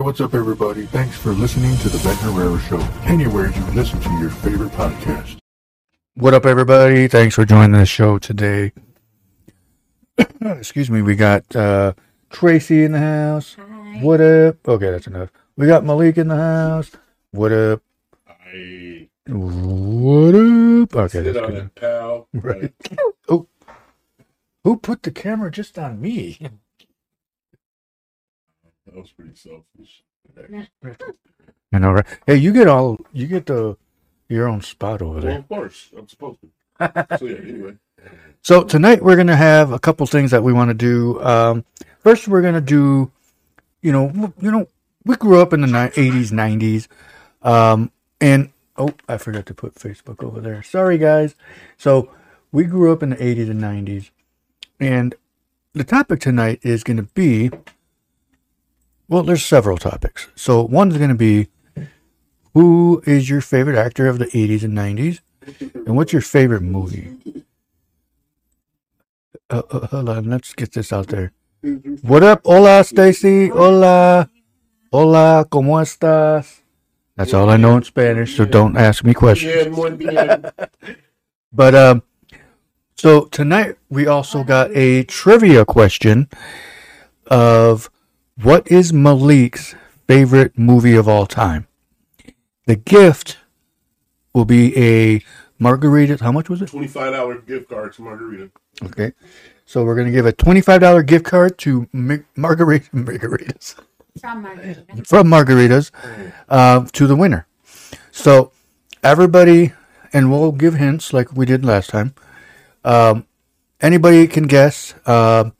What's up, everybody? Thanks for listening to The Ben Herrera Show, anywhere you listen to your favorite podcast. What up, everybody? Thanks for joining the show today. Excuse me, we got uh, Tracy in the house. Hi. What up? Okay, that's enough. We got Malik in the house. What up? I What up? Okay, sit that's on good. it, pal. Right. Oh, who put the camera just on me? That was pretty selfish. uh, I know, right? Hey, you get all you get the your own spot Well, over there. of course, I'm supposed to. so yeah, anyway, So tonight we're gonna have a couple things that we want to do. Um, first, we're gonna do, you know, w- you know, we grew up in the ni- '80s, '90s, um, and oh, I forgot to put Facebook over there. Sorry, guys. So we grew up in the '80s and '90s, and the topic tonight is gonna be, well, there's several topics. So one's gonna be, who is your favorite actor of the '80s and '90s, and what's your favorite movie? Uh, uh, hold on, let's get this out there. What up? Hola, Stacy. Hola. Hola, ¿cómo estás? That's all I know in Spanish, so don't ask me yeah, questions. one DM. But um, so tonight we also got a trivia question of what is Malik's favorite movie of all time? The gift will be a margarita. How much was it? twenty-five dollar gift card to Margarita. Okay. So we're going to give a $25 gift card to Mar- Margarita, Margaritas From Margarita. from Margaritas uh, to the winner. So everybody, and we'll give hints like we did last time. Um, anybody can guess. Um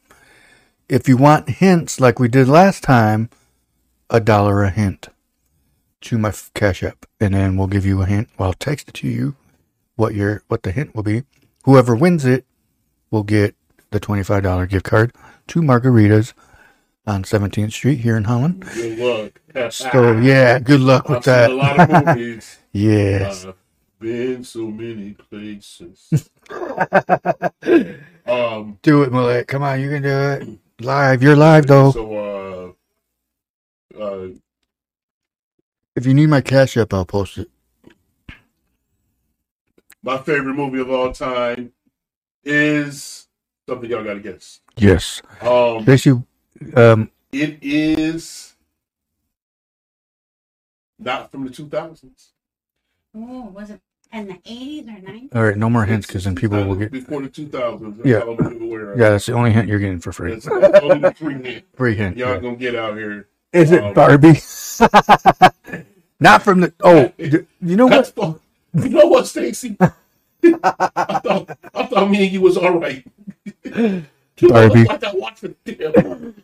if you want hints like we did last time, a dollar a hint to my f- cash app, and then we'll give you a hint. I'll text it to you what your what the hint will be. Whoever wins it will get the twenty five dollar gift card to Margaritas on Seventeenth Street here in Holland. Good luck. So yeah, good luck Ah. I've with seen a lot of that. movies. yes. I've been so many places. um, Do it, Malik. Come on, you can do it. Live. You're live though. so uh, uh, If you need my cash app, I'll post it. my favorite movie of all time is something y'all got to guess. Yes. Um, Basically, um It is not from the 2000s. Oh, was it in the 80s or 90s? all right, no more hints because then people will get Uh, before the 2000s. That's Yeah. all I'm gonna aware of. Yeah, that's the only hint you're getting for free. That's only the three men Free hint. y'all yeah. gonna get out here. Is Um, it Barbie? Not from the Oh, d- you know That's what? fun. You know what, Stacy? I thought I thought me and you was all right. Barbie. I thought watch for them.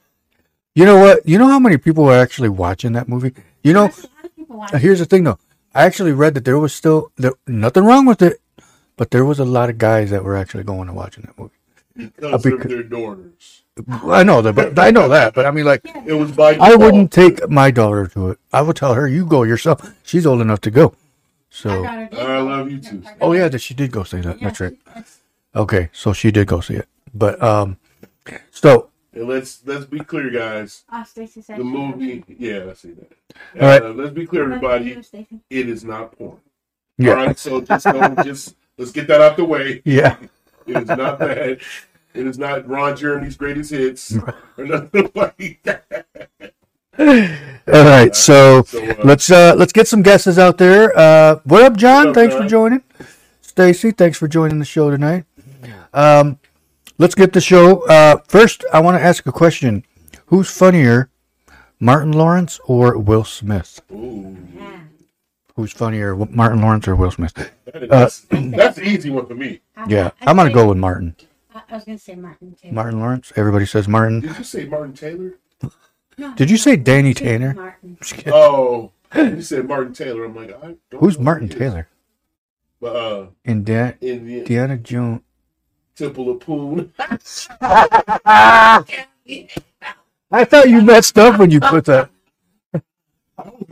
You know what? You know how many people are actually watching that movie? You know, There's a lot of people Now, watching. here's the thing, though. I actually read that there was still there, nothing wrong with it, but there was a lot of guys that were actually going and watching that movie. Because Uh, of becau- their daughters. I know that, but I know that, but I mean, like, It was by I default. wouldn't take my daughter to it. I would tell her, "You go yourself." She's old enough to go. Our So, daughter did. I love you too. oh yeah, that she did go see that. Yeah, That's right. that's- Okay, so she did go see it, but um, so And let's let's be clear, guys. Oh, Stacy said The she loved movie, you. yeah, I see that. All right. Uh, let's be clear, Love you everybody. too, Stacy. it is not porn. yeah, All right, so just don't, just let's get that out the way. yeah, It is not that. It is not Ron Jeremy's greatest hits or nothing like that. all right. So So, uh, let's uh let's get some guesses out there. Uh, what up, What John? up, thanks for John? joining. Stacy, thanks for joining the show tonight. Um, let's get the show. Uh, first, I want to ask a question: Who's funnier, Martin Lawrence or Will Smith? Ooh, Yeah. Who's funnier, W- Martin Lawrence or Will Smith? that is, Uh, that's the easy one for me. I- Yeah, I I'm gonna think- go with Martin. I, I was going to say Martin too. Martin Lawrence. Everybody says Martin. Did you say Martin Taylor? No, Did you say Danny it's Tanner? Martin. Oh, you said Martin Taylor. I'm like, I don't Who's know who Martin he is. Taylor? But uh, Indiana in the Jones. Temple of Poon, I thought you messed up when you put that.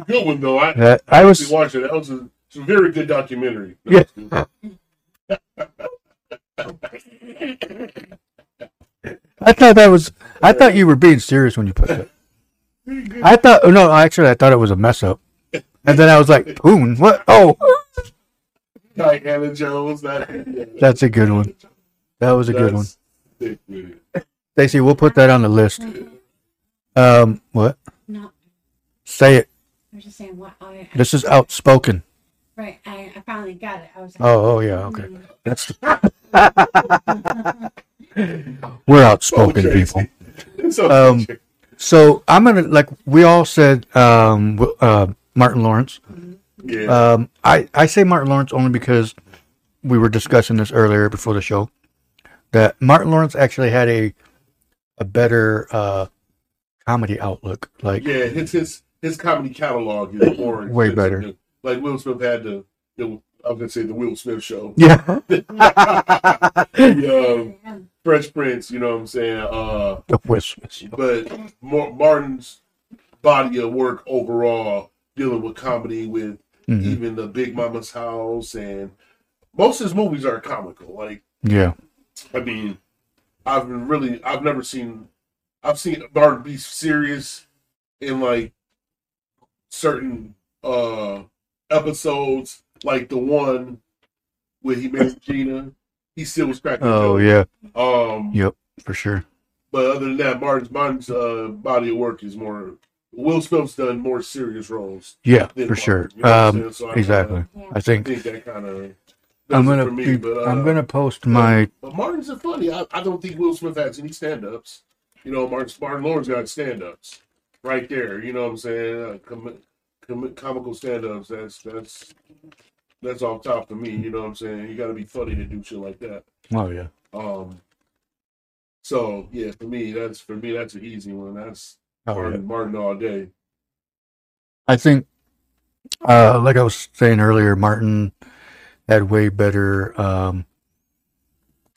good one though. I that I was actually watched it. That was a, it's a very good documentary. Yeah. I thought that was. I thought you were being serious when you put that. I thought oh, no, actually, I thought it was a mess up, and then I was like, "Poon, what? Oh, Like Anna Jones. That, yeah, that's a good one. That was a good one." that's thick with it. Stacy, we'll put that on the list. Um, what? Mm-hmm. No, Say it. I was just saying what. Oh, yeah, This is outspoken. right. I, I finally got it. I was like, "Mm, Oh, oh yeah, okay. That's we're outspoken people. It's so Um, So I'm gonna like we all said um, w- uh, Martin Lawrence. yeah. Um, I I say Martin Lawrence only because we were discussing this earlier before the show that Martin Lawrence actually had a a better uh, comedy outlook. Like yeah, his his his comedy catalog is more Way extensive better. than- Like Will Smith had the, the I was gonna say the Will Smith show, yeah, the, um, yeah, Fresh Prince. You know what I'm saying? Uh, the Christmas. but Mar- Martin's body of work overall dealing with comedy with Mhm. even the Big Mama's House and most of his movies are comical. Like Yeah, I mean, I've been really I've never seen I've seen Martin be serious in like certain uh episodes, like the one where he married Gina. He still was cracking. Oh jokes. yeah, Um yep, for sure. but other than that, Martin's Martin's uh, body of work is more Will Smith's done more serious roles Yeah, than Martin, for sure. you know what I'm Um, saying? So I kinda exactly. yeah. I think think that kind of I'm gonna for me, be- but, uh, I'm gonna post my But Martin's a funny. I, I don't think Will Smith has any stand ups. You know, Martin, Martin Lawrence got stand ups right there. You know what I'm saying? Uh, com- com- comical stand ups. That's that's that's off top for me. You know what I'm saying? You got to be funny to do shit like that. oh yeah Um. So yeah, for me, that's for me, that's an easy one. That's oh yeah. Martin, Martin all day. I think uh, like I was saying earlier, Martin had way better um,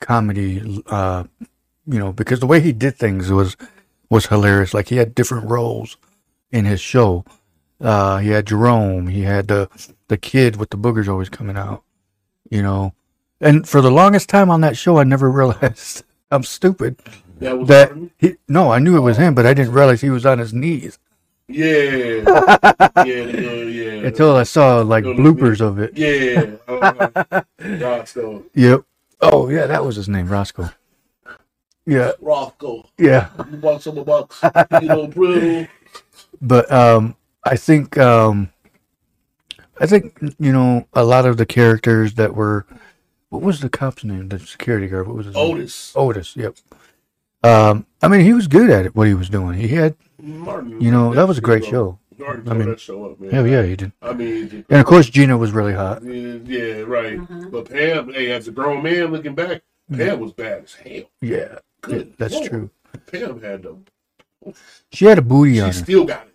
comedy. Uh, you know, because the way he did things was was hilarious. Like he had different roles in his show. Uh, he had Jerome. He had the the kid with the boogers always coming out. You know, and for the longest time on that show, I never realized I'm stupid That was that Martin? he. No, I knew it was him, but I didn't realize he was on his knees. Yeah, yeah, yeah, yeah. until I saw like Little bloopers of it. yeah. Uh, Roscoe, Yep. Oh yeah, that was his name, Roscoe. Yeah, Roscoe. yeah. You want some of us, you know, brittle. But um, I think um, I think you know a lot of the characters that were, what was the cop's name? The security guard. What was his name? Otis. Otis. Yep. Um, I mean, he was good at it. What he was doing, he had. Martin. You know, that was a great show. Martin I mean- that show up, man. Hell yeah, he did. I mean, And of course, Gina was really hot. yeah, right. Uh-huh. But Pam, hey, as a grown man looking back, Mm. Pam was bad as hell. Yeah, Good. that's Lord. true. Pam had them. She had a booty on She her. still got it.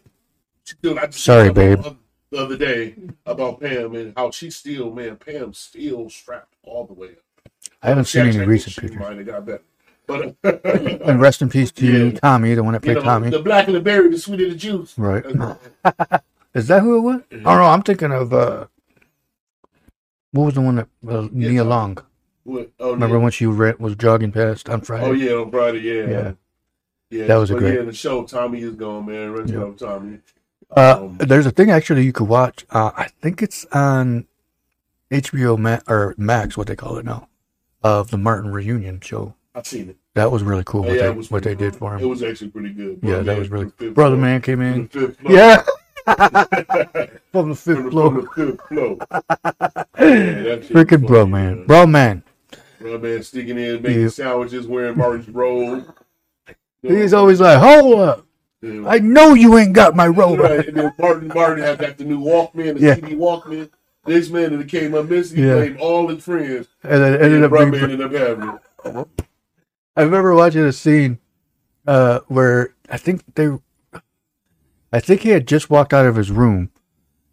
She still, I just Sorry, thought about babe. The other day about Pam and how she still, man, Pam still strapped all the way up. I haven't She seen any actually- recent she pictures. Might have got better. But And rest in peace to Yeah. Tommy, the one that you played know, Tommy. the black and the berry, the sweet of the juice. Right. Is that who it was? Mm-hmm. I don't know. I'm thinking of uh, what was the one that uh, Nia Tom. Long? What- oh, Remember when she re- was jogging past on Friday? Oh yeah, on Friday, yeah, Yeah. yeah. That was a but great- Yeah, the show Tommy is gone, man. Rest Yeah. up, Tommy. Uh, Um, there's a thing actually you could watch. Uh, I think it's on HBO Ma- or Max, what they call it now, of the Martin reunion show. I've seen it. That was really cool. Oh, What, yeah, they, it was what they pretty did for It him. was actually pretty good. Yeah, Brother that Man was really. from the fifth Brother floor. man came From in. the fifth floor. Yeah, From from the the- fifth from floor. the fifth floor. Freaking bro, man, bro, man. Bro, man, sticking in, making Yeah. sandwiches, wearing Martin's robe. He's always like, "Hold up, Yeah. I know you ain't got my robe." Right, and then Martin Martin had got the new Walkman, the Yeah. CD Walkman. This man that came up missing, he Yeah. blamed all his friends. And then And ended the up brother being ended up having it. I remember watching a scene uh, where I think they, I think he had just walked out of his room,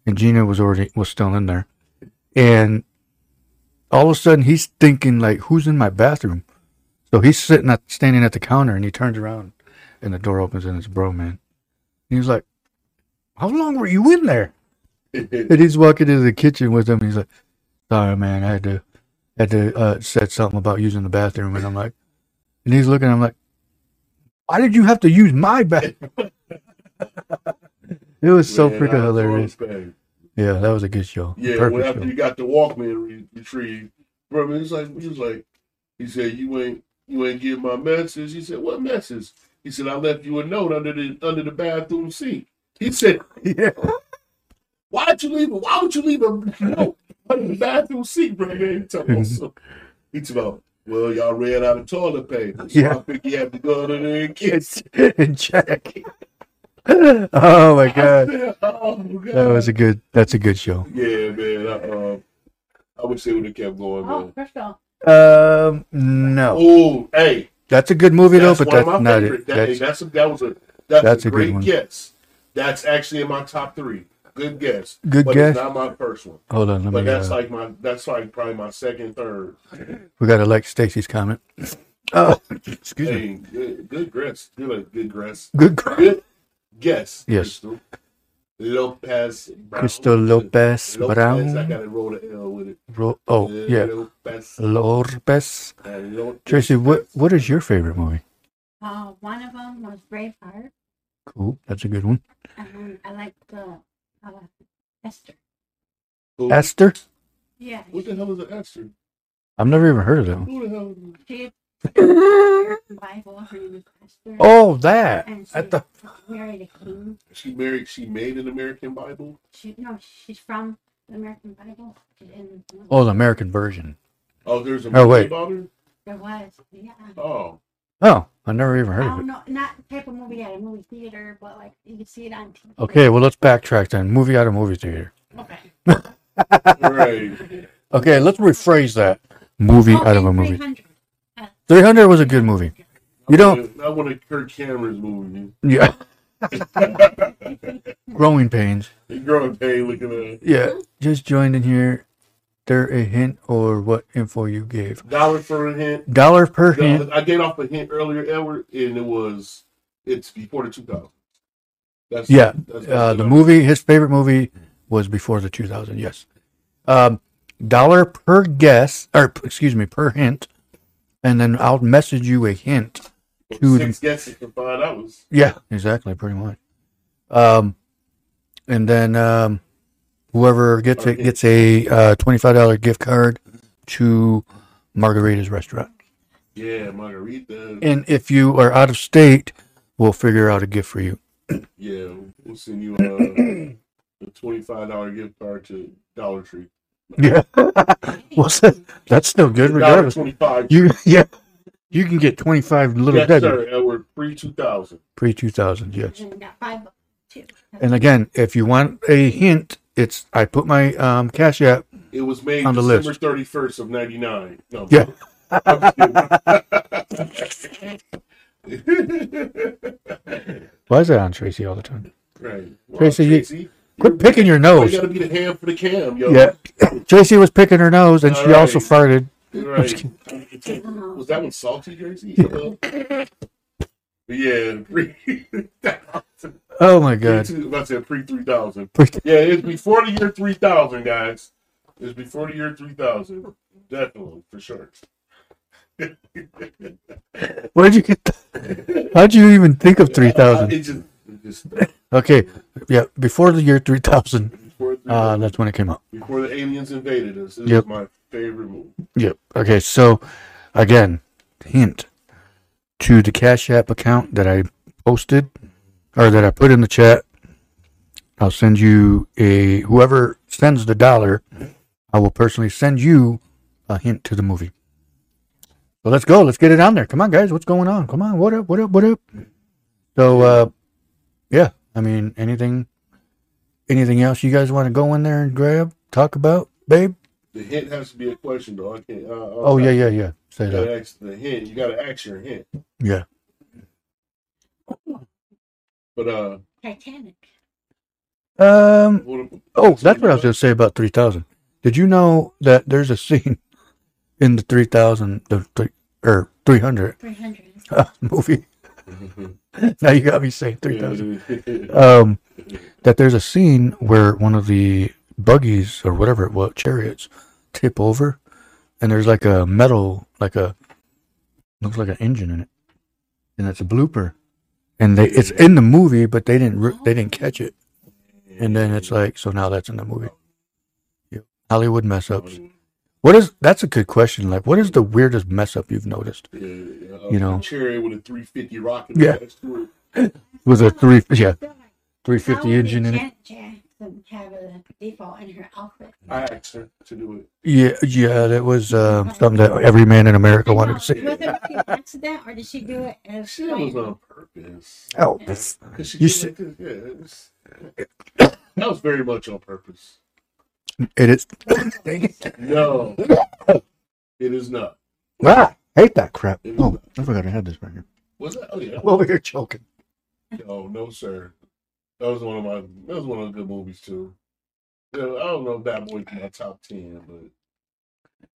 and Gina was already was still in there, and all of a sudden he's thinking like, "Who's in my bathroom?" So he's sitting at standing at the counter, and he turns around, and the door opens, and it's bro man. And he was like, "How long were you in there?" And he's walking into the kitchen with him. And he's like, "Sorry, man, I had to, had to uh, said something about using the bathroom." And I'm like, and he's looking. I'm like, "Why did you have to use my bathroom?" It was so Man, I freaking was on hilarious. bang. Yeah, that was a good show. Yeah, when Perfect after show. you got the Walkman re- retrieved, bro, man, it's like he was like, he said, "You ain't, you ain't get my message." He said, "What message?" He said, "I left you a note under the under the bathroom seat." He said, Yeah. "Why'd you leave? a- Why would you leave a note under the bathroom seat, bro?" Man, he talking about, some- he talking about, well, y'all ran out of toilet paper, so Yeah. I think you have to go under there and get. It's in check. oh my god, it." oh, God. that was a good. That's a good show. yeah, man. I, uh, I wish they would have kept going, Oh, man. Crystal. Um, no, Oh, hey. that's a good movie though, That's but one that's of my not favorite. it. That, That's that's a, that was a that's, That's a a good great one. guess. That's actually in my top three. Good guess. Good but guess? It's not my first one, hold on. Let but me. that's uh, like my that's like probably my second, third. we gotta like Stacy's comment. Oh, excuse me. Hey, good, good guess. Good, like, good guess. Good girl. Good guess. Yes. Crystal Lopez. Brown. Crystal Lopez I Brown. gotta roll the L with it. Ro- oh yeah, Lopez. Lopez. Uh, Lopez. Tracy, what what is your favorite movie? Uh, one of them was Braveheart, Cool, that's a good one. and I liked the uh, Esther. Who- Esther. Yeah, What the hell is an Esther? I've never even heard of that one. Who the hell? Is she Bible. Her name is Esther. Oh, that. and she I thought. married a king. she married. She made an American Bible. She no, she's from the American Bible. And Oh, the American version. Oh, there's a Oh, wait. Bible. there was yeah. Oh, Oh, I never even I heard of it. don't know, not the type of movie at a movie theater, but like you can see it on TV. Okay, well, let's backtrack then. Movie out of movie theater. Okay. right. Okay, let's rephrase that. Movie Oh, out of a and movie. 300. Uh, 300 was a good movie. You don't. I want a Kirk Cameron's movie. Yeah. Growing pains. He growing pain looking at Yeah. Just joined in here. There a hint or what info you gave? dollar for a hint. Dollar per Dollar- hint. I gave off a hint earlier, Edward, and it was it's before the two thousand. That's Yeah. That's Uh, the movie, his favorite movie was before the 2000. Yes. Um, dollar per guess, or excuse me, per hint. And then I'll message you a hint to the- six guesses for five hours. Yeah, exactly, pretty much. Um, and then um, whoever gets it gets a uh, twenty-five dollar gift card to Margarita's restaurant. Yeah, margarita. And if you are out of state, we'll figure out a gift for you. Yeah, we'll send you uh, a twenty five dollar gift card to Dollar Tree. Yeah, well, that- that's still good regardless. Twenty five. You yeah, you can get twenty-five little Yes, yes, sir. Edward, pre two thousand. pre two thousand. Yes. and got five bucks, too. And again, if you want a hint, it's I put my um, cash app. It was made On the December list. thirty first of ninety nine. No, Yeah, why is that on Tracy all the time? Right. Well, Tracy, you- you're- Quit picking your nose. You gotta be the ham for the cam, yo. Oh, Yeah. Tracy was picking her nose and she All also farted. Right. Uh-huh. Was that one salty, Tracy? Well, yeah. Pre Oh my pre- god. two- about to say pre three thousand. Pre- Yeah, it's before the year three thousand, guys. It's before the year three thousand. Definitely, for sure. Where'd you get that? How'd you even think of Uh, 3000? it just, it just Okay. Yeah, before the year 3000. before, the, Uh, that's when it came out. before the aliens invaded us. This Yep. is my favorite movie. Yep. Okay, so again, hint to the Cash App account that I posted or that I put in the chat. I'll send you a whoever sends the dollar, I will personally send you a hint to the movie. So let's go. Let's get it on there. Come on, guys. What's going on? Come on. What up? What up? What up? So, uh, yeah. I mean, anything, anything else you guys want to go in there and grab, talk about, babe? The hint has to be a question, though. I can't. Uh, Oh yeah, yeah, yeah. Say You that. gotta ask the hint. You gotta ask your hint. Yeah. But uh, Titanic. Um. what ab- Oh, that's what I was going to say about three thousand. Did you know that there's a scene in the three thousand, the three or three hundred 300. uh, movie? now you got me saying three thousand. Yeah. Um, that there's a scene where one of the buggies or whatever it was, chariots, tip over, and there's like a metal, like a looks like an engine in it, and it's a blooper, and they it's in the movie, but they didn't re- they didn't catch it, and then it's like so now that's in the movie. Yeah. Hollywood mess ups. What is that's a good question. Like, what is the weirdest mess up you've noticed? Yeah, yeah. You know. Cherry with a 350 rocket. Yeah. attached to it. With a three, yeah, I feel like three how fifty would engine in it. Janet Jackson have a default in her outfit. I asked her to do it. Yeah, yeah, that was uh, something that every man in America wanted to see. know, Was it an accident or did she do it as She was on purpose. Oh, Cause she You did it, yeah, it was, that was very much on purpose. it is. No, it is not. Ah, hate that crap. Oh, I forgot I had this right here. Was that? Oh yeah. I'm over here choking. No, no, sir. That was one of my. That was one of the good movies too. Yeah, I don't know if Bad Boys in my top ten, but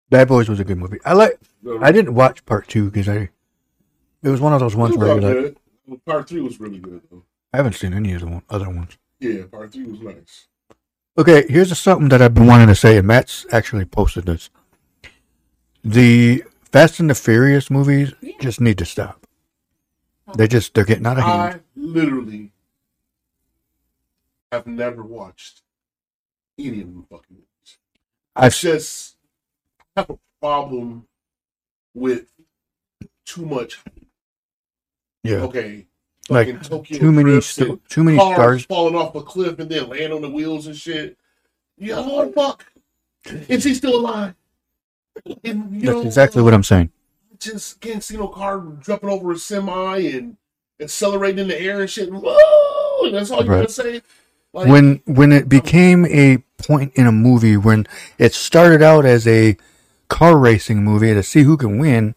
Bad Boys was a good movie. I like. no, I didn't watch part two because I. It was one of those it was ones where all you're like, good. Part three was really good though. I haven't seen any of the one, other ones. Yeah, part three was nice. Okay, here's a- something that I've been wanting to say, and Matt's actually posted this. The Fast and the Furious movies Yeah. just need to stop. They just they're getting out of hand. I literally have never watched any of them fucking movies. I've It's just I have a problem with too much. yeah, Okay, like in Tokyo too many Drift sto- and too many cars stars. falling off a cliff and then land on the wheels and shit. Yeah, what the fuck? Is he still alive? And, you That's know, exactly what I'm saying. just can't see no car jumping over a semi and accelerating in the air and shit. And whoa, that's all you Right. gotta say. Like, When when it became a point in a movie when it started out as a car racing movie to see who can win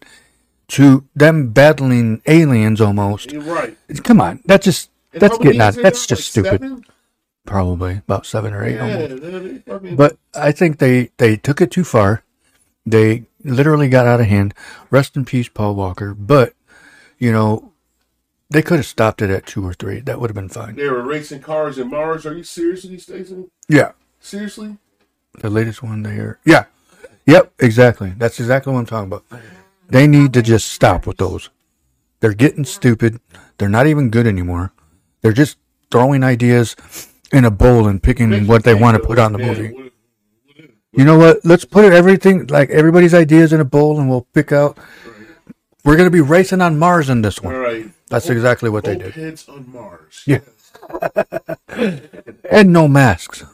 to them battling aliens almost. you're right. Come on, that's just And that's how many getting out. years they That's got? just Like stupid. seven? Probably about seven or eight almost. Yeah, that'd be- I mean, But I think they they took it too far. They literally got out of hand. Rest in peace, Paul Walker. But you know, they could have stopped it at two or three. That would have been fine. they were racing cars in Mars. Are you serious these days? Yeah, Seriously? the latest one they hear. Yeah, yep, exactly. That's exactly what I'm talking about. They need to just stop with those. They're getting stupid. They're not even good anymore. They're just throwing ideas in a bowl and picking what they want to put on the Yeah, movie. what- what is- You know what? Let's put everything like everybody's ideas in a bowl, and we'll pick out. We're gonna be racing on Mars in this All one. right. That's exactly what they Both did, heads on Mars. Yeah. and no masks.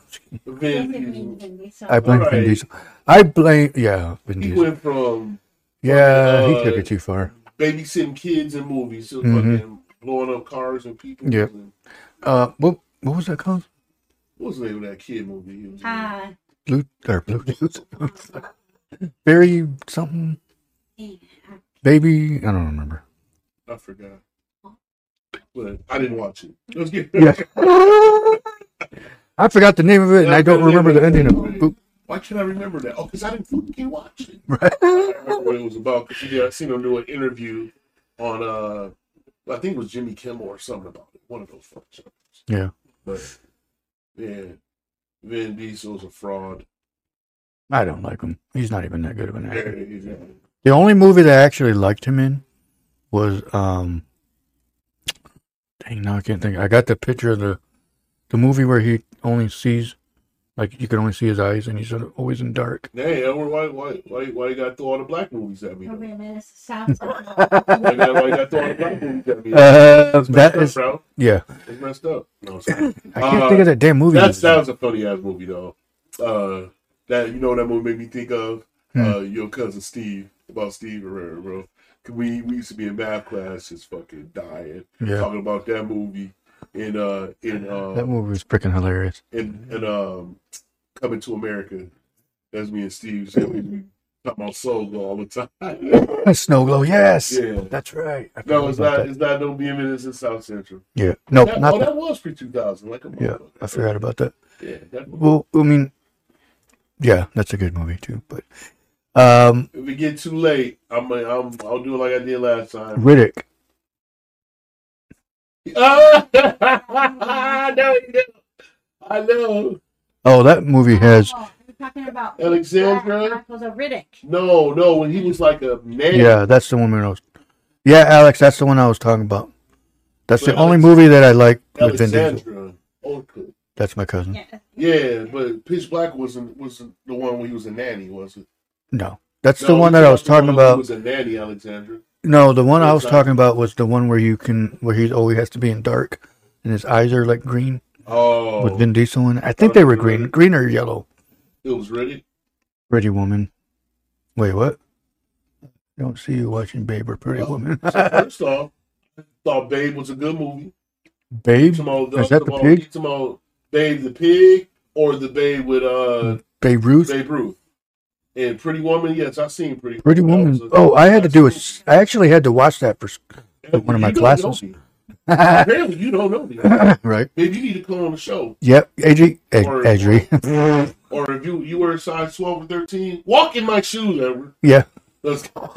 Vin Doesn't Diesel. mean Vin Diesel. I blame Vin Alright. Diesel. I blame yeah, Vin He Diesel. went from Yeah, he uh, took it too far. babysitting kids in movies to Mm-hmm. fucking blowing up cars and people. Yep. And Uh, what what was that called? What was the name of that kid movie? He was in? Uh, Blue or blue dudes? Barry something yeah, baby? I don't remember. I forgot. But I didn't watch it. Let's get Yeah. I forgot the name of it, and I don't remember the ending of it. Why can't I remember that? Oh, because I didn't fucking watch it. Right. I remember what it was about because yeah, I seen him do an interview on uh, I think it was Jimmy Kimmel or something about it. One of those fucking shows. Yeah. But yeah, Vin Diesel's a fraud. I don't like him. He's not even that good of an actor. Yeah, he's a- The only movie that I actually liked him in was um dang now I can't think. I got the picture of the the movie where he only sees like you can only see his eyes and he's always in dark. Hey, Edward, why, why, why, why you got to throw all the black movies at me? though? wait a minute, it's the South. Why you got- why you got to throw all the black movies at me? Uh, It's that messed up, is bro. yeah. It's messed up. No, I'm sorry. I can't Uh, think of that damn movie. That's that was a funny ass movie though. Uh, that you know what that movie made me think of Hmm. uh, your cousin Steve about Steve Herrera, bro. 'Cause We we used to be in math class, just fucking dying Yeah. talking about that movie and uh in that uh movie was freaking hilarious. in, in um coming to America. That's me and Steve so we talking about soul all the time. Snow Glow, yes. Yeah. That's right. I no, forgot it's about not. that. It's not. Don't be a menace in South Central. Yeah. No, That, not oh, that. that was pre two thousand. Like a Yeah, motherfucker. I forgot about that. Yeah, that, Well, I mean yeah, that's a good movie too, but um if it get too late, I'm, i I'm I'll do it like I did last time. Riddick Ah, no, you don't. I know. Oh, that movie has. Oh, we're talking about Alexandra? Chronicles of Riddick. No, no. When he was like a man, Yeah, that's the one I was. Yeah, Alex, that's the one I was talking about. That's the But only Alex- movie that I like with Vin Diesel. Alexandra. Orca. That's my cousin. Yeah. Yeah, but Pitch Black wasn't wasn't the one where he was a nanny, was it? No, that's the No, one that I was that's the talking one where he about. Was a nanny, Alexandra. No, the one I Which was one? talking about was the one where you can where he's always has to be in dark, and his eyes are like green Oh, with Vin Diesel in. it. I think they were green, green or yellow. it was ready. Pretty Woman. Wait, what? Don't see you watching Babe or Pretty Well, Woman. First off, I thought Babe was a good movie. Babe, Tomorrow, Is that the pig? Tomorrow, Babe the pig or the Babe with uh Babe Ruth, Babe Ruth and Pretty Woman. Yes, I've seen Pretty. Pretty That Woman. was a- Oh, I had to do a. Absolutely. s- I actually had to watch that for. s- with one of my You don't know classes. me. Apparently, you don't know me. right. Maybe you need to come on the show, Yep. Adri. Ed- Or- Adri. or if you you were a size twelve or thirteen, walk in my shoes, Edward. yeah. Let's go.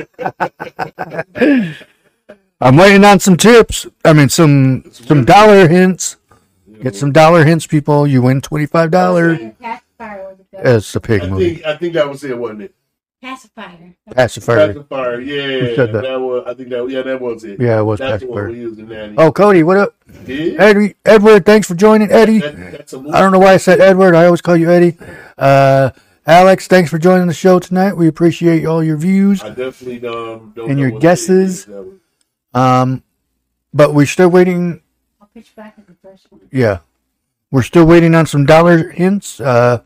I'm waiting on some tips. I mean, some some weird. dollar hints. Get some dollar hints, people. You win twenty five dollars. And Pacifier was a good. It's the pig I movie. think I think that was it, wasn't it? Pacifier. Pacifier. Pacifier, yeah. Who said that? was, I think that yeah, that was it. Yeah, it was That's the one Pacifier. we used in nanny. Oh, Cody, what up, yeah. Eddie? Edward, thanks for joining, Eddie. That, that's a movie. I don't know why I said Edward. I always call you Eddie. Uh, Alex, thanks for joining the show tonight. We appreciate all your views. I definitely um, don't. And know your what guesses? it is. That was- Um, but we're still waiting. I'll pitch back at the first one. Yeah, we're still waiting on some dollar hints. Uh,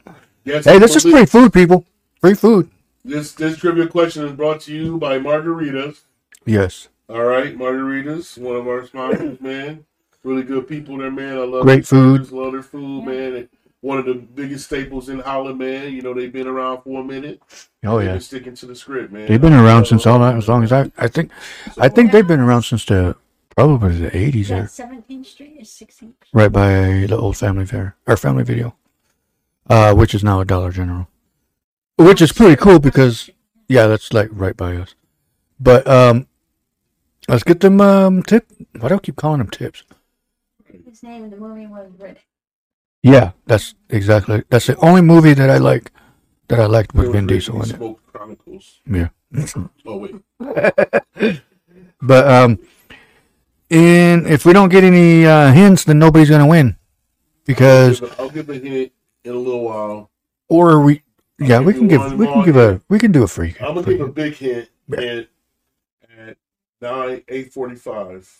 Yes, hey, this is people, free food, people. Free food. This this trivia question is brought to you by Margaritas. Yes. All right, Margaritas, one of our sponsors, man. Really good people there, man. I love their Great food. burgers, Love their food, Yeah. man. And One of the biggest staples in Holland, man. You know they've been around for a minute. Oh They've yeah. been sticking to the script, man. They've been around since all that as long as I. I think. I think they've been around since the probably the eighties Is that there, 17th Street or 16th? right by the old Family Fair or Family Video, uh, which is now a Dollar General, which is pretty cool because yeah, that's like right by us. But um, let's get them um tip. Why do I keep calling them tips? His name in the movie was Riddick. Yeah, that's exactly. That's the only movie that I like. That I liked They with were Vin great Diesel in it. Smoke Chronicles. Yeah. Oh wait, But um, and if we don't get any uh, hints, then nobody's gonna win, I'll because give, a, I'll give a hint in a little while. or we yeah we give can you give one we can more give a we can do a free. I'm gonna free- give a big hint Yeah. at at nine eight forty five.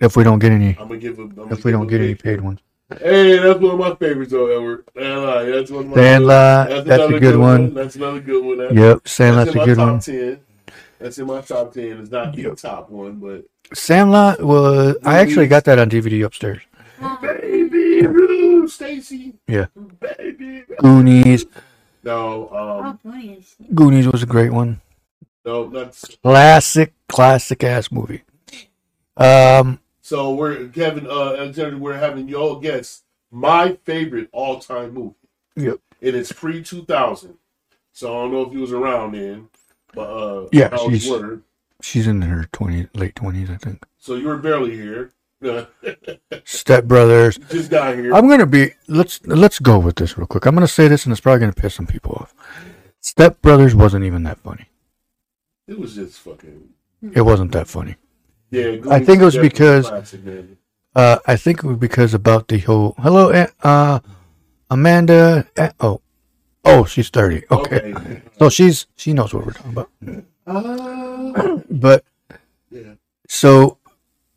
if we don't get any I'm gonna give a. I'm gonna if we give don't a get any big- paid ones. Hey, that's one of my favorites though, Edward. Ain't I lie, That's one of my. Sandlot, that's a another good one. That's another good one. That- Yep, Sandlot's in a my good top one. ten. That's in my top ten. It's not the Yep. top one, but Sandlot was I actually got that on DVD upstairs. baby, Ruth, Stacy. Yeah. baby. Goonies, No, Oh, um, Goonies. Goonies was a great one. no, that's Classic, classic ass movie. Um, So we're Kevin uh Alexander, we're having y'all guess my favorite all time movie. Yep. And it's pre two thousand. So I don't know if you was around then. But uh Yeah, I was she's- were. she's in her twenties, late twenties, I think. So you were barely here. Step Brothers. Just got here. I'm gonna be let's let's go with this real quick. I'm gonna say this, and it's probably gonna piss some people off. Step Brothers wasn't even that funny. It was just fucking It wasn't that funny. yeah, I think it Goonies was is because- definitely a classic, man. Uh, I think it was because about the whole hello, A- uh, Amanda. A- oh, oh, she's thirty. Okay. Okay. so she's she knows what we're talking about. Uh, But yeah. so,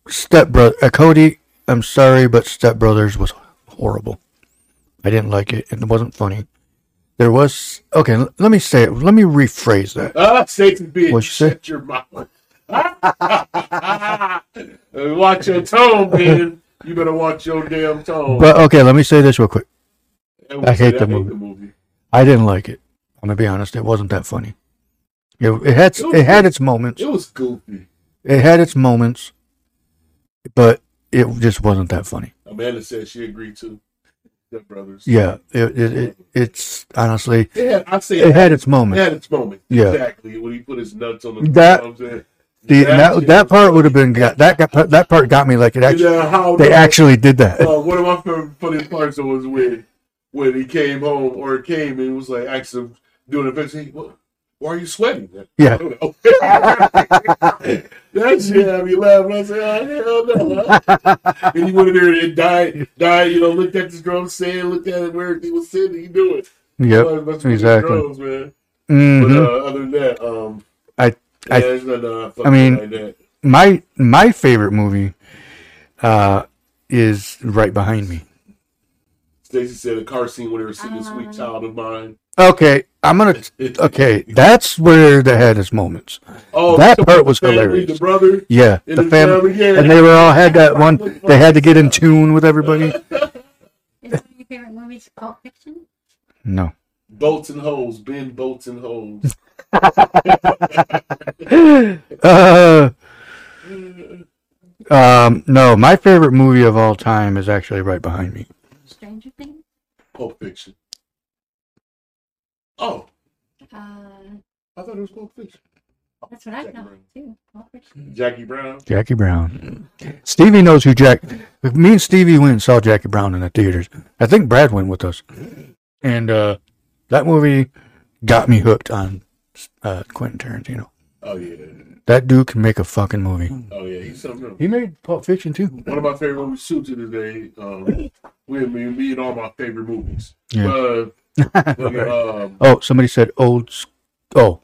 Step Brother uh, Cody, I'm sorry, but Step Brothers was horrible. I didn't like it, and it wasn't funny. There was okay. l- let me say it. Let me rephrase that. Ah, Satan bitch. What'd you say? Shut your mouth. watch your tone, man. You better watch your damn tone. But okay, let me say this real quick. And we I hate said, the movie. movie. I didn't like it. I'm gonna be honest. It wasn't that funny. It, it had it had its moments. It was goofy. It had its moments, but it just wasn't that funny. Amanda said she agreed to the brothers. Yeah, it, it, it it's honestly They had, I say it it had, had its moments. its moment. Yeah. Exactly. When he put his nuts on the That- you know what I'm saying? The, that shit that was part would have been got, that got, that part got me like it And, actually uh, how they actually did that. uh, one of my favorite funniest parts was when when he came home or came and was like asked him doing a fix. He, what, Why are you sweating? Yeah. that shit had me laughing. I said, oh, hell no. and he went in there and died, died, you know, looked at this drum stand, looked at it where he was sitting. He knew it. Yep. Must be the exactly. Drums, man. But hmm uh, other than that, um, I yeah, I- there's nothing, uh, fucking I mean- like that. my my favorite movie uh, is right behind me. Stacy said a car scene when they were singing "Sweet Um. Child of Mine." Okay, I'm gonna. Okay, that's where they had his moments. Oh, That the part was family, hilarious. The brother, Yeah, In the the family, family, yeah. and they were all had that one. They had to get in tune with everybody. Is one of your favorite movies Pulp Fiction? No, bolts and holes, Ben bolts and holes. uh, um, no. My favorite movie of all time is actually right behind me. Stranger Things? Pulp Fiction. Oh, Uh, I thought it was Pulp Fiction. that's what I Jackie thought Brown. too. Pulp Fiction. Jackie Brown. Jackie Brown. Stevie knows who Jack. Me and Stevie went and saw Jackie Brown in the theaters. I think Brad went with us, and uh, that movie got me hooked on uh, Quentin Tarantino. Oh yeah. That dude can make a fucking movie. Oh yeah. He's something. else. He made Pulp Fiction too. One of my favorite movies too to this day. Um, we me, me and all my favorite movies. Yeah. Uh, um, Oh, somebody said old. s- Oh,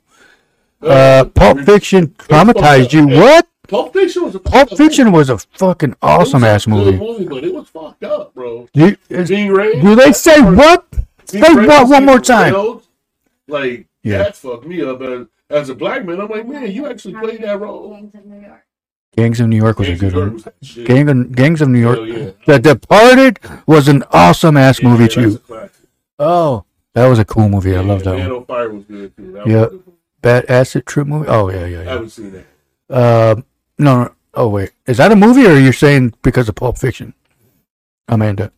uh, Pulp Fiction traumatized you. What? Pulp Fiction was a Pulp Fiction was a fucking awesome ass Good movie. movie, but it was fucked up, bro. You, is- Being Ray. do they say what? See, Say what Francis one more Ford time? Coppola, Like Yeah. that fucked me up. As, as a black man, I'm like, man, you actually played that role. Gangs of New York. Gangs of New York was a good one. Shit. Gang of, Gangs of New York. Hell yeah. The Departed was an awesome ass Yeah, movie that's a too. classic. Oh, that was a cool movie. I love that Man one. on Fire was good too. That Yeah. was a good one. Bad Acid Trip movie. Oh yeah, yeah, I yeah. haven't seen that. Uh, no, no. Oh wait, is that a movie or you're saying because of Pulp Fiction? Amanda,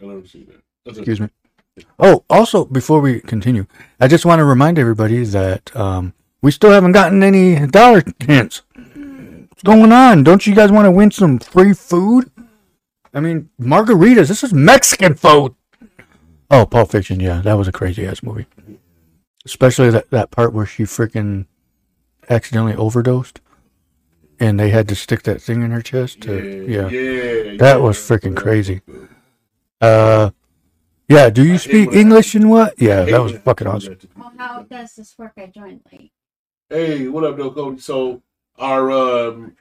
I never seen that. That's a- excuse me. Oh, also before we continue, I just want to remind everybody that um, we still haven't gotten any dollar hints. What's going on? Don't you guys want to win some free food? I mean, margaritas. This is Mexican food. Oh, Pulp Fiction. Yeah, that was a crazy ass movie. Especially that, that part where she freaking accidentally overdosed, and they had to stick that thing in her chest. To, yeah, yeah, yeah, that was freaking crazy. Uh, yeah. Do you I hate speak when I- English and what? Yeah, that was fucking awesome. Well, how does this work? I joined late. Hey, what up, though, Cody? So our um,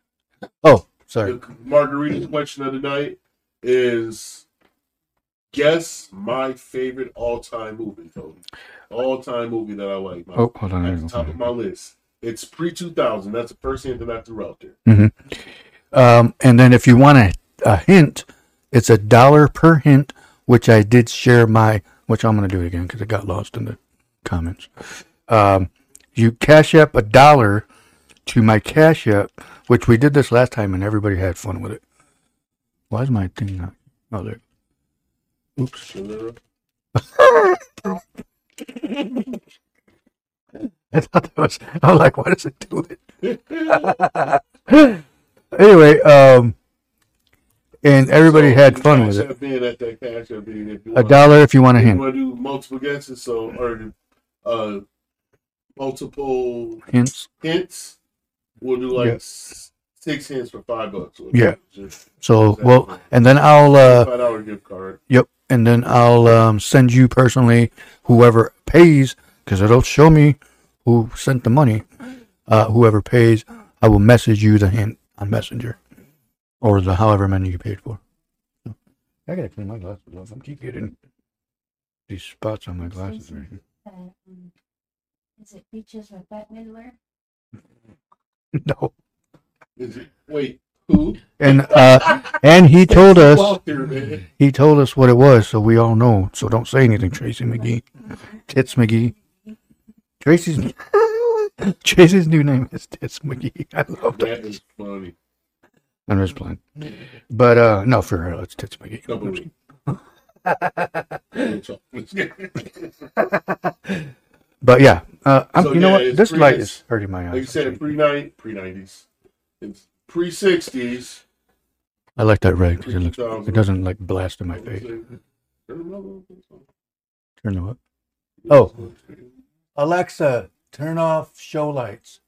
Oh, sorry. the margarita question of the night is guess my favorite all-time movie, Cody. All-time movie that I like. My, Oh, hold on. at the top of my list. It's pre two thousand. That's the first hint that I threw out there. Um, and then if you want a, a hint, it's a dollar per hint, which I did share my, which I'm going to do it again because it got lost in the comments. Um, you cash up a dollar to my cash up, which we did this last time and everybody had fun with it. Why is my thing not? Oh, there. Oops. Shalera. I thought that was, I was like, why does it do it? anyway, um, and everybody So, had you fun cash with it. up in at that cash up in if you A want. dollar if you want a If you hint. want to do multiple guesses, so or uh, multiple Hints. hints, we'll do like Yeah. s- six hints for five bucks. We'll Yeah. do just So Exactly. well, and then I'll uh, five dollar gift card. yep, and then I'll um, send you personally whoever pays because it'll show me who sent the money. Uh, whoever pays, I will message you the hint on Messenger or the however many you paid for. I gotta clean my glasses off. I keep getting these spots on my glasses. Right here. Uh, um, is it Beaches with Bette Midler? No, Is it? Wait, who? and uh, and he told us Out there, man. he told us what it was, so we all know. So don't say anything, Tracy McGee. Oh. Tits McGee. Tracy's Tracy's new name is Tits McGee. I love that. That is funny. I'm just playing. But uh no, for real, it's Tits McGee. Double ring. like But yeah, uh, I'm, So, you know yeah, what? it's This pretty- light is hurting my eyes. you said, pre nine, pre nineties, it's pre sixties. I like that red because it looks. 2000. It doesn't like blast in my face. Oh, Turn it up. Oh. Alexa, Turn off show lights.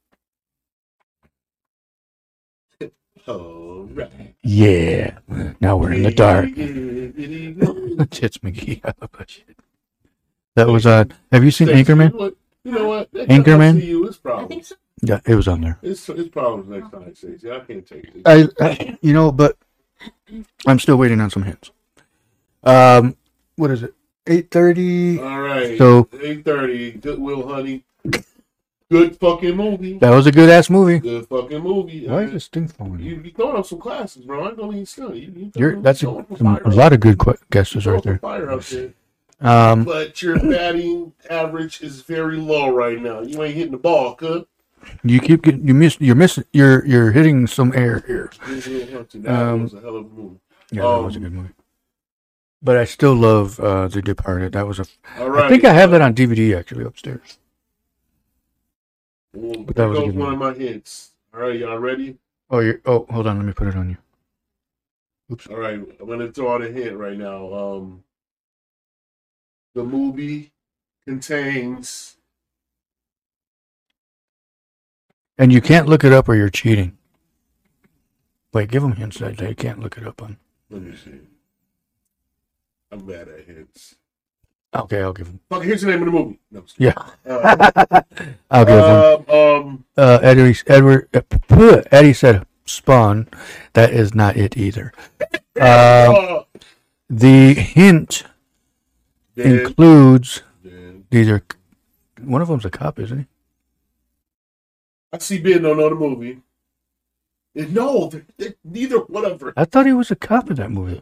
All right. Yeah. Now Oh. we're in the dark. That Tits McGee. that was uh have you seen Anchorman? You know what? That comes up Anchorman? To you, it's I problems. think so. Yeah, it was on there. It's, it's problems next time, Stacey. I can't take this. I, I you know, but I'm still waiting on some hints. Um what is it? Eight thirty All right. So- 8:30. Goodwill Honey. Good fucking movie. that was a good ass movie. Good fucking movie. Why is this thing falling? You, you throwing up some classes, bro. I ain't gonna even study. You, you You're, throwing- that's a, throwing up some- fire a up- lot of good qu- guesses throwing right up there. Fire up there. Um, But your batting average is very low right now. You ain't hitting the ball, cuz. you keep getting you miss you're missing you're you're hitting some air here. That Um, was a hell of a movie. Yeah, that was a Um, good movie. But I still love uh, The Departed. That was a. All I right. think I have that on DVD actually upstairs. Well, but that here was a goes good one of my hits. All right, y'all ready? Oh, you're, oh, hold on, let me put it on you. All right, I'm gonna throw out a hint right now. Um, the movie contains And you can't look it up or you're cheating. Wait, give them hints that they can't look it up on. Let me see. I'm bad at hints. Okay, I'll give them. Fuck, here's the name of the movie. No, I'm just Yeah, kidding. Uh, I'll give them. um, um, Uh, Eddie, Edward, uh, Eddie said Spawn. That is not it either. Uh, uh, the hint Dan, includes Dan. these are one of them's a cop, isn't he? I see Ben don't know the movie. And no, they're, they're neither one of her. I thought he was a cop in that movie.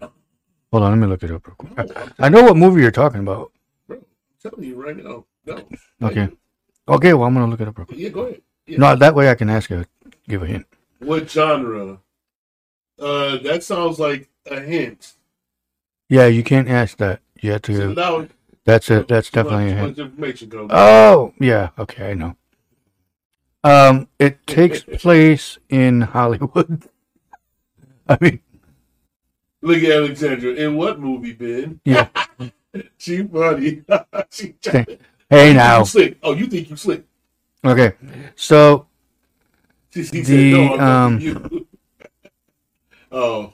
Hold on, let me look it up real quick. I, I know what movie you're talking about. I'm telling you right now. No. Okay. Okay, well I'm gonna look it up real quick. Yeah, go ahead. Yeah. No, that way I can ask you, give a hint. What genre? Uh, that sounds like a hint. Yeah, you can't ask that. You have So to. now- That's it. That's too much- definitely a too hint. much information going. Oh, yeah. Okay, I know. Um, it takes place in Hollywood. I mean, Look at Alexandra. In what movie, Ben? yeah. She funny. she Hey, Hey You now. slick. Oh, you think you slick. Okay. So She, she said, The, no, I'm um, not you. oh,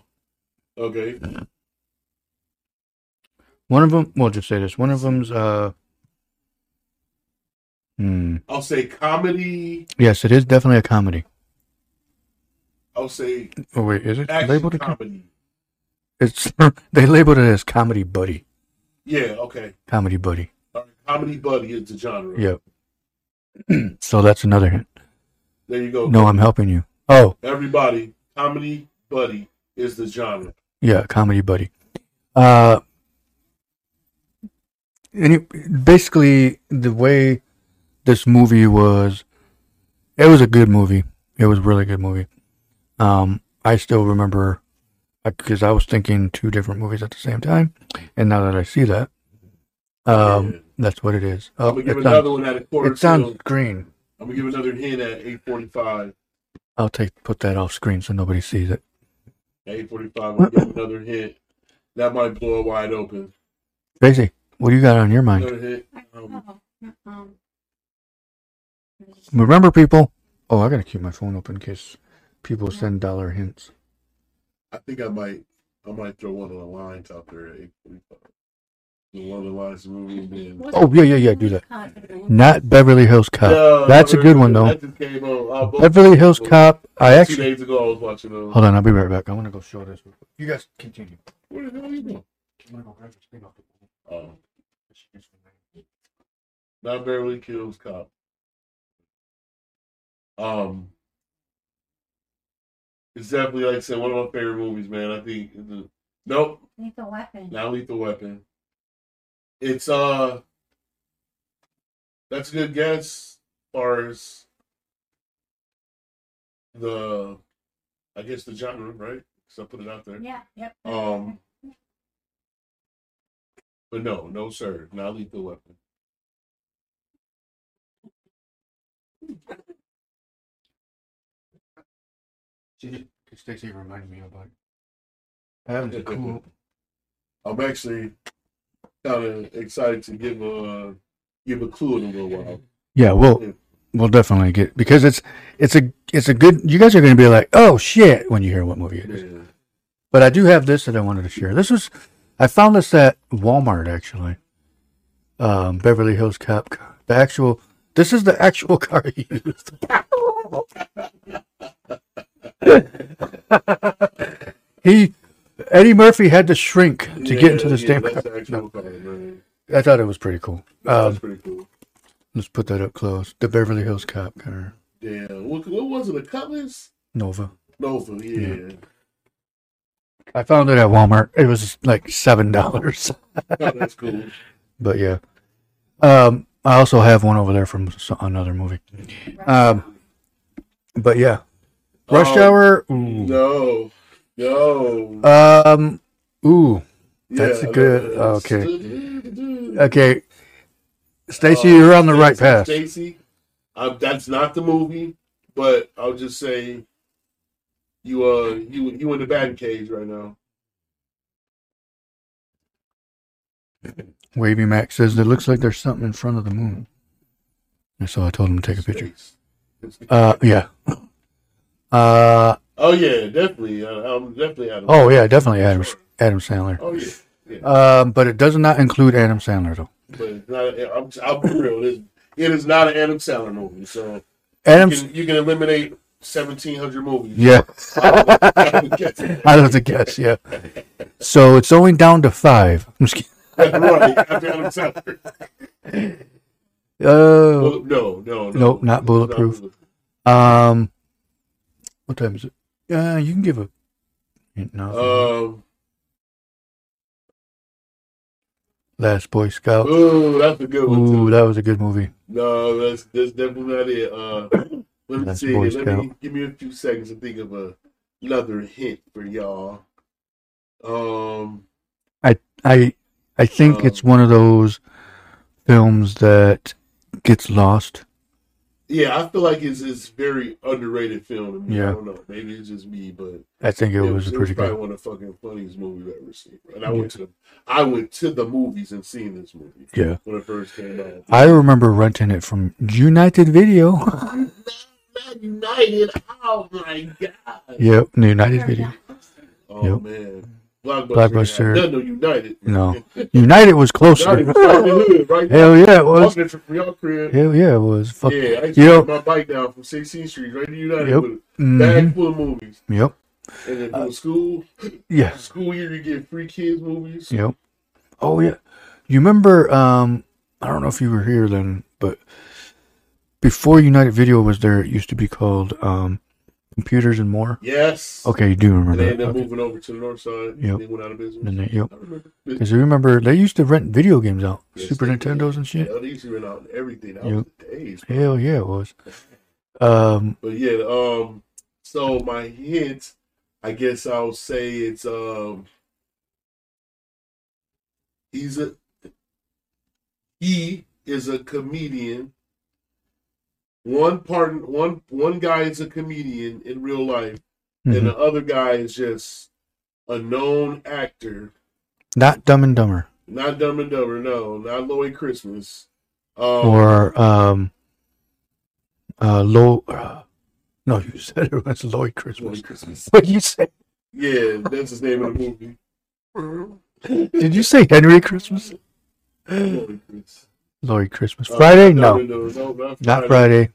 okay. one of them, we'll just say this. One of them's, uh, hmm. I'll say comedy. Yes, it is definitely a comedy. I'll say Oh wait, is it action labeled? A com- comedy. it's they labeled it as comedy buddy. Yeah, okay. Comedy buddy. All right. Comedy buddy is the genre. Yep. so that's another hint. There you go. No, I'm helping you. Oh, Everybody, comedy buddy is the genre. Yeah, comedy buddy. Uh, any basically the way this movie was, it was a good movie. It was a really good movie. Um, I still remember because I was thinking two different movies at the same time, and now that I see that, um, Yeah. that's what it is. I'm Oh, gonna give it's another on, one at a quarter it's on till. screen. I'm gonna give another hint at 8:45. I'll take put that off screen so nobody sees it. At 8:45, we'll give another hint. That might blow it wide open. Tracy, what do you got on your mind? Another hint. I don't Um, know. Um, Remember, people. Oh, I gotta keep my phone open in case people send dollar hints. I think I might, I might throw one of the lines out there at 8:45. The one of the lines the movie. and then- what's Oh, yeah, yeah, yeah. the Do that. cop name? Not Beverly Hills Cop. No, Uh, That's a good one though. That just came on. uh, I'll vote Beverly for Hills it. Cop. I Two actually. days ago, I was watching those. Hold on, I'll be right back. I want to go show this. You guys continue. What the hell are you doing? Oh, not Beverly Hills Cop. Um, it's definitely like I said, one of my favorite movies, man. I think. it's a- Nope, Lethal Weapon. not Lethal Weapon. It's uh, that's a good guess as far as the, I guess the genre, right? Because I put it out there. Yeah, yep. Um, but no, no, sir, not lethal weapon. Stacy reminded me about it. Having a cool- I'm actually kind of excited to give a give a clue in a little while. Yeah, well, We'll definitely get because it's it's a it's a good. You guys are going to be like, oh shit, when you hear what movie it is. Yeah. But I do have this that I wanted to share. This was I found this at Walmart actually, um, Beverly Hills Cop. The actual this is the actual car he used. he Eddie Murphy had to shrink to get into this damn That's car. the actual car, man. I thought it was pretty cool. That's Um, pretty cool. let's put that up close. The Beverly Hills Cop car, Damn. What, what was it? A Cutlass? Nova. Nova. Yeah. I found it at Walmart. It was like seven dollars. Oh, that's cool. But yeah, um, I also have one over there from s- another movie. Um, but yeah, Rush Oh, Hour. Ooh. No. No. Um, ooh. Yeah, Uh, that's a good- that's- Okay, Uh, Stacy, you're on the right path. Stacy, uh, that's not the movie, but I'll just say you uh you you in the batting cage right now. Wavy Max says it looks like there's something in front of the moon. And so I told him to take a picture. Stace. Uh, yeah. Uh, Oh yeah, definitely. Uh, I'm definitely out of. oh yeah, definitely Adam Adam Sandler. Oh, yeah. yeah. Um, but it does not include Adam Sandler though. But it's not, I'm, I'll be real. It is, it is not an Adam Sandler movie, so you Adam, can, you can eliminate 1,700 movies. yeah. I would guess. Out of the guess, yeah. So it's only down to five. I'm just kidding. right after Adam Sandler. Oh, Well, no, no, no. Nope, not bulletproof. Not um, what time is it? Uh, you can give a hint now. if you want. Um, Last Boy Scout. ooh, that's a good one. Ooh, Too. that was a good movie. No, that's that's definitely not it. Uh, let me That's see. Boy Let me give me a few seconds to think of a, another hint for y'all. Um, I I think it's Um, one of those films that gets lost. yeah, I feel like it's it's very underrated film. To me. Yeah. I don't know. Maybe it's just me, but I think it, was, pretty probably good. one of the fucking funniest movies I've ever seen. And I went to the, I went to the movies and seen this movie Yeah, when it first came out. I remember renting it from United Video. Man United. Oh my god. yep, United Video. Oh Yep. man. Blockbuster. Blockbuster. None of United. No, United was United closer. was right in the hood, right? Hell yeah, it was. Walking it from your crib. Hell yeah, it was. Fuck. Yeah, I used You to know- take my bike down from 16th Street right to United Yep. Uh, with a Mhm. bag full of movies. Mm-hmm. Yep. And then from school, Yeah. school year you get free kids movies. Yep. Oh yeah. You remember? Um, I don't know if you were here then, but before United Video was there, it used to be called um, Computers and More. Yes. Okay, you do And remember they that? ended up Okay. moving over to the north side. Yep. They went out of business. And they- yep. I remember. Because you remember they used to rent video games out, Yes, Super they did. Nintendos and shit. Yeah, they used to rent out everything. That Yep. was the days. Hell yeah, it was. Um, But yeah, um, so my hint, I guess I'll say it's um, he's a he is a comedian. One part, one one guy is a comedian in real life, and mhm. the other guy is just a known actor. not Dumb and Dumber Not Dumb and Dumber, no, not Lloyd Christmas. Um, or um, uh, Low. Uh, no, you said it was Lloyd Christmas. Lloyd Christmas. What you said? Yeah, that's his name in the movie. Did you say Henry Christmas? Lloyd Christmas. Lloyd Christmas. Uh, Friday? No, no, No, no, not not Friday.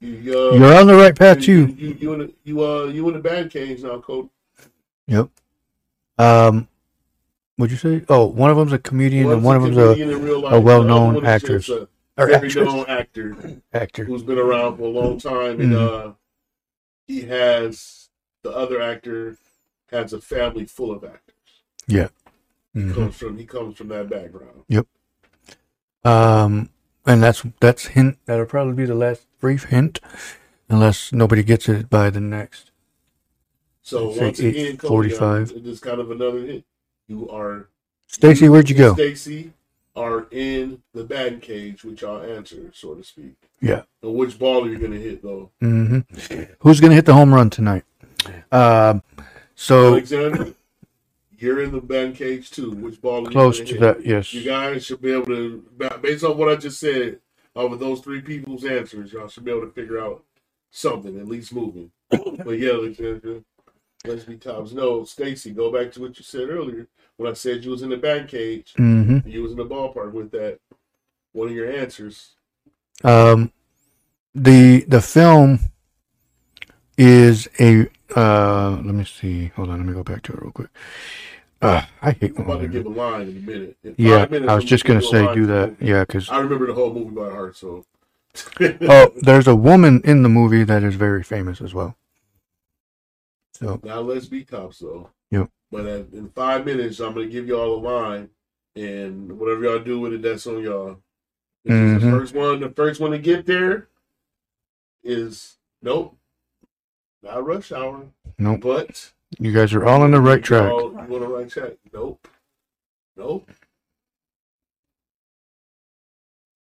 You, uh, You're on the right path you, too. you, you, in the, you, uh, you in the band cage now, coach. Yep. Um, what'd you say? Oh, one of them's a comedian and one of them's a comedian in real life, the a other well-known one is just actress. a or Very actress. known actor actor. who's been around for a long time, and Mm-hmm. uh, he has the other actor has a family full of actors. He Mhm. Comes from he comes from that background. Um, and that's that's hint. That'll probably be the last brief hint, unless nobody gets it by the next. So Say once again, Cody, 8:45. uh, it is kind of another hit. You are Stacy, where'd you go? Stacy are in the batting cage, which I'll answer, so to speak. Yeah. And which ball are you gonna hit though? hmm Who's gonna hit the home run tonight? Um, so Alexander, you're in the batting cage too. Which ball are you close gonna to hit? that. Yes. You guys should be able to ba- based on what I just said, Over those three people's answers, y'all should be able to figure out something, at least moving. but yeah, Alexandra, let's be tops. No, Stacy, go back to what you said earlier when I said you was in the bat cage. Mm-hmm. You was in the ballpark with that. One of your answers. Um, the the film is a uh. Let me see. Hold on. Let me go back to it real quick. Uh, I hate I'm when about to we- give a line in a minute. In five Yeah, minutes, I was I'm just gonna give say a line. do that. Yeah, because I remember the whole movie by heart, so. oh, there's a woman in the movie that is very famous as well. So Now let's be cops though. Yep. But at, in five minutes, I'm gonna give y'all a line, and whatever y'all do with it, that's on y'all. If it's Mhm. The first one, the first one to get there is nope, not rush hour. Nope. But you guys are all on the right track. Y'all, you on the right track? Nope. Nope.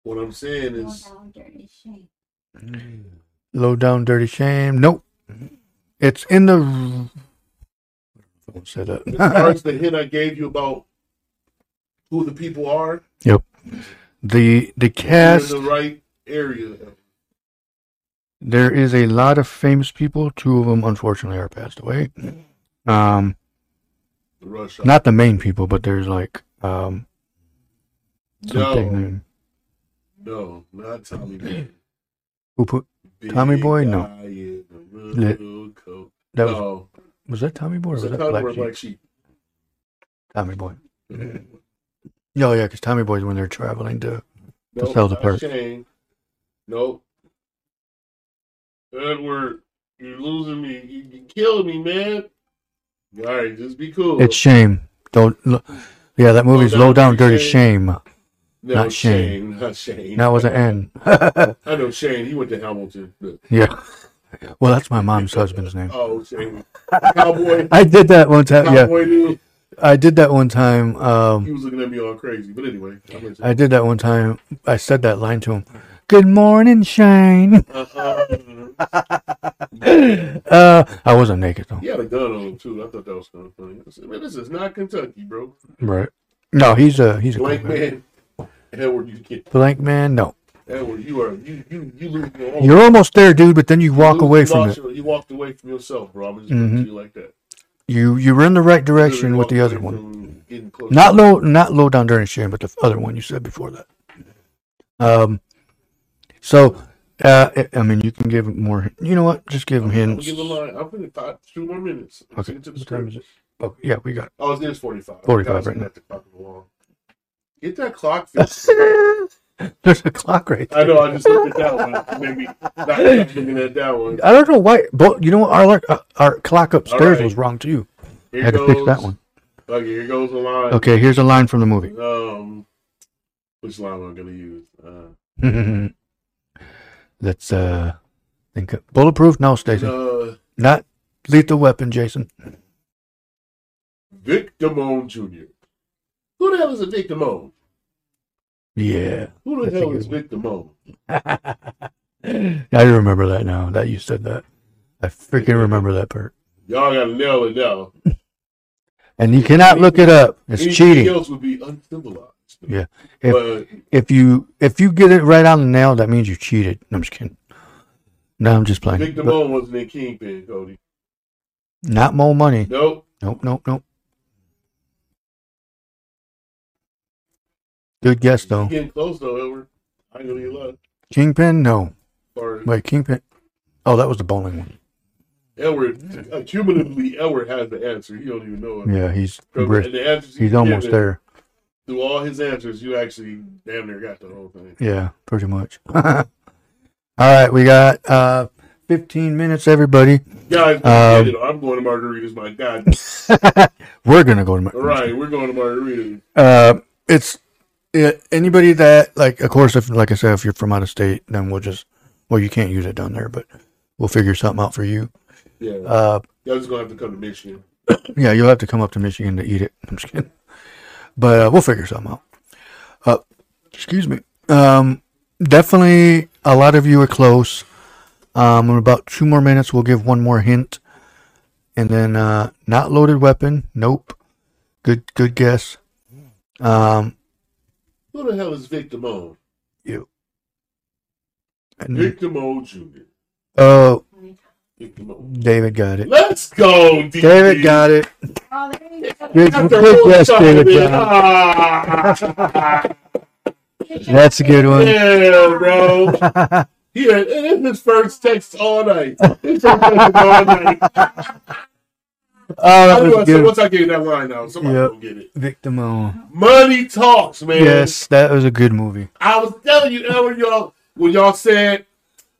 What I'm saying Go is, down dirty shame. Low down, dirty shame. Nope, it's in the. Don't say as far that. as the hint I gave you about who the people are, the the you're cast. in the right area. There is a lot of famous people. Two of them, unfortunately, are passed away. Um, Rush hour. not the main people, but there's like um something. no, named- no, not Tommy Boy. Who put Tommy Big Boy? No. guy in a real Lit. coat. that? Was no, was that Tommy Boy? Or it's was a that cover Black of Sheep? Black Sheep. Tommy Boy. Oh yeah, because Tommy Boy's when they're traveling to. Nope, sell the not perk. Shane. Nope. Edward, you're losing me. You, you killed me, man. All right, just be cool. It's shame. Don't. Look. Yeah, that movie's Down low down, Dirty dirty shame. no, not Shane. Not Shane. That was an N. I know Shane. He went to Hamilton. but- yeah. Well, that's my mom's husband's name. Oh, Shane. Cowboy. I did that one time. Yeah, Cowboy dude. I did that one time. Um, He was looking at me all crazy. But anyway, I'm gonna- I did that one time. I said that line to him. Good morning, Shane. Uh-uh. Uh, I wasn't naked though. He had a gun on him too. I thought that was kind of funny. I said, "Man, this is not Kentucky, bro." Right. No, he's a he's a Blank cool guy. man, Edward, you get Blank man. No, Edward. You are you you you lose your own. you're almost there, dude. But then you walk you away from lost it. your- you walked away from yourself, bro. I'm just gonna Mhm. do you like that. You you were in the right You direction with walked the other away one. from getting close. Not low, not low down dirty shame, but the other one you said before that. Um, so, uh, I- I mean, you can give him more. You know what? Just give him I'm gonna hints. give a line. I'm gonna five two more minutes. Let's Okay. get to the What time script. is it? Oh, yeah, we got. Oh, it is 45. 45 I was right looking now. at the clock on the wall. Get that clock fixed. it. There's a clock right there. I know. I just looked at that one. Maybe not not looking at that one. I don't know why, but you know what? Our our, our clock upstairs right. was wrong too. Here I had to goes, fix that one. Okay, here goes the line. Okay, here's a line from the movie. Um, which line am I gonna use? Uh, Let's uh think. Of, bulletproof? No, Stacy. uh Not lethal weapon, Jason. Vic Damone Jr. Who the hell is a Vic Damone? Yeah, Who the That's a hell good is Vic Damone? I remember that now. That you said that. I freaking remember that part. Y'all gotta nail it now. And you cannot look it up. Anything It's cheating. else would be uncivilized. Yeah. If- But If you if you get it right on the nail, that means you cheated. No, I'm just kidding. No, I'm just playing. Vic But Damone wasn't in Kingpin, Cody. not more money. Nope. Nope, nope, nope. Good guess You though. Getting close though, Edward. I ain't gonna get luck. Kingpin? No. Sorry. Wait, Kingpin. Oh, that was the bowling one. Edward, accumulatively, Edward uh, has the answer. He don't even know it. Yeah, he's And brisk. the answers he's he's almost given, there. Through all his answers, you actually damn near got the whole thing. Yeah, pretty much. All right, we got uh 15 minutes everybody. Guys, Um, we did it. I'm going to margaritas, my God. We're going to go to my All right, we're going to margaritas. Uh it's it, anybody that like of course if like I said if you're from out of state then we'll just well you can't use it down there but we'll figure something out for you. Yeah, Uh y'all just gonna have to come to Michigan. Yeah, you'll have to come up to Michigan to eat it. I'm just kidding. But uh, we'll figure something out. Uh, excuse me. Um, definitely, a lot of you are close. Um, in about two more minutes, we'll give one more hint. And then, uh, not loaded weapon. Nope. Good, good guess. Um, Who the hell is Vic Damone? you. And, Nick DeMoe Jr. oh, Nick DeMoe. David got it. Let's go, DB. David got it. Oh, there you go. Good, Got the good whole guess, shot David in. got Ah. Good job. That's a good one. yeah, bro. He had, it is his first text all night. His first text all night. Oh, that I was knew a I said, good. once I get that line out, somebody Yep. will get it. Victim oh. Money talks, man. Yes, that was a good movie. I was telling you, Elmer, y'all when y'all said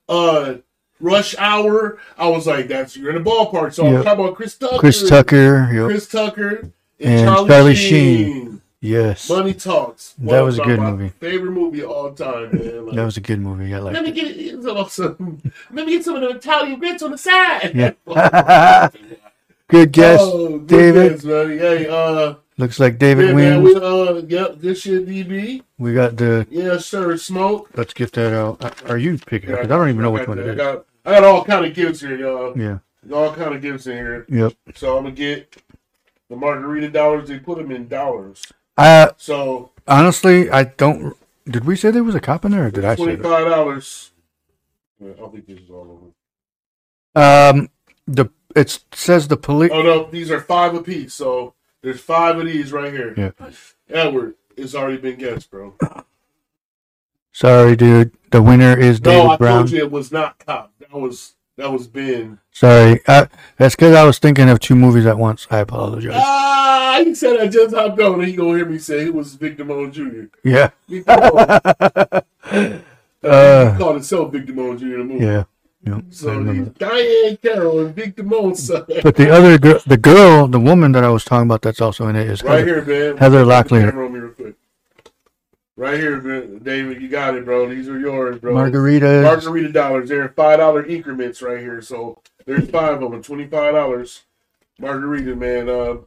uh rush hour, I was like, that's you're in the ballpark. So Yep. I'm talking about Chris Tucker. Chris Tucker. Yep. Chris Tucker and, And Charlie, Charlie Sheen. Yes, that Money Talks. That One was a of good my movie. Favorite movie of all time, man. Like, was a good movie. I let like me it. get it. it's awesome. Let me get some of the Italian grits on the side. Yeah. Good guess, Oh, good David. guess, man. Hey, uh, Looks like David yeah, man, wins. we, uh, yep, good shit, DB. we got the. Yeah, sir, smoke. Let's get that out. Uh, Are you picking? Because I don't even know which got- one I it is. got, I got all kind of gifts here, y'all. Yeah. All kind of gifts in here. Yep. So I'm gonna get the margarita dollars. They put them in dollars. I So honestly, I don't. Did we say there was a cop in there? Or did I say twenty that? five dollars. I think this is all over. Um, the it says the police. Oh no, these are five apiece. So there's five of these right here. Yeah. Edward, it's already been guessed, bro. Sorry, dude. The winner is David no, I Brown. told you it was not cop. That was that was Ben. Sorry, I, that's because I was thinking of two movies at once. I apologize. Ah, he said I just hopped on, and he gonna hear me say it was Victor Damone Jr. yeah. He called, Oh. Uh, he called himself Victor Damone Jr. in the movie. yeah. Yeah. I So remember he's that. Diane Carroll and Victor Damone's son. But the other girl, the girl, the woman that I was talking about, that's also in it is Right Heather. here, man. Heather Locklear. Camera on me real quick. Right here, man. David, you got it, bro. These are yours, bro. Margarita. Margarita dollars. They're five dollar increments right here. So there's five of them, twenty five dollars. Margarita, man. Uh,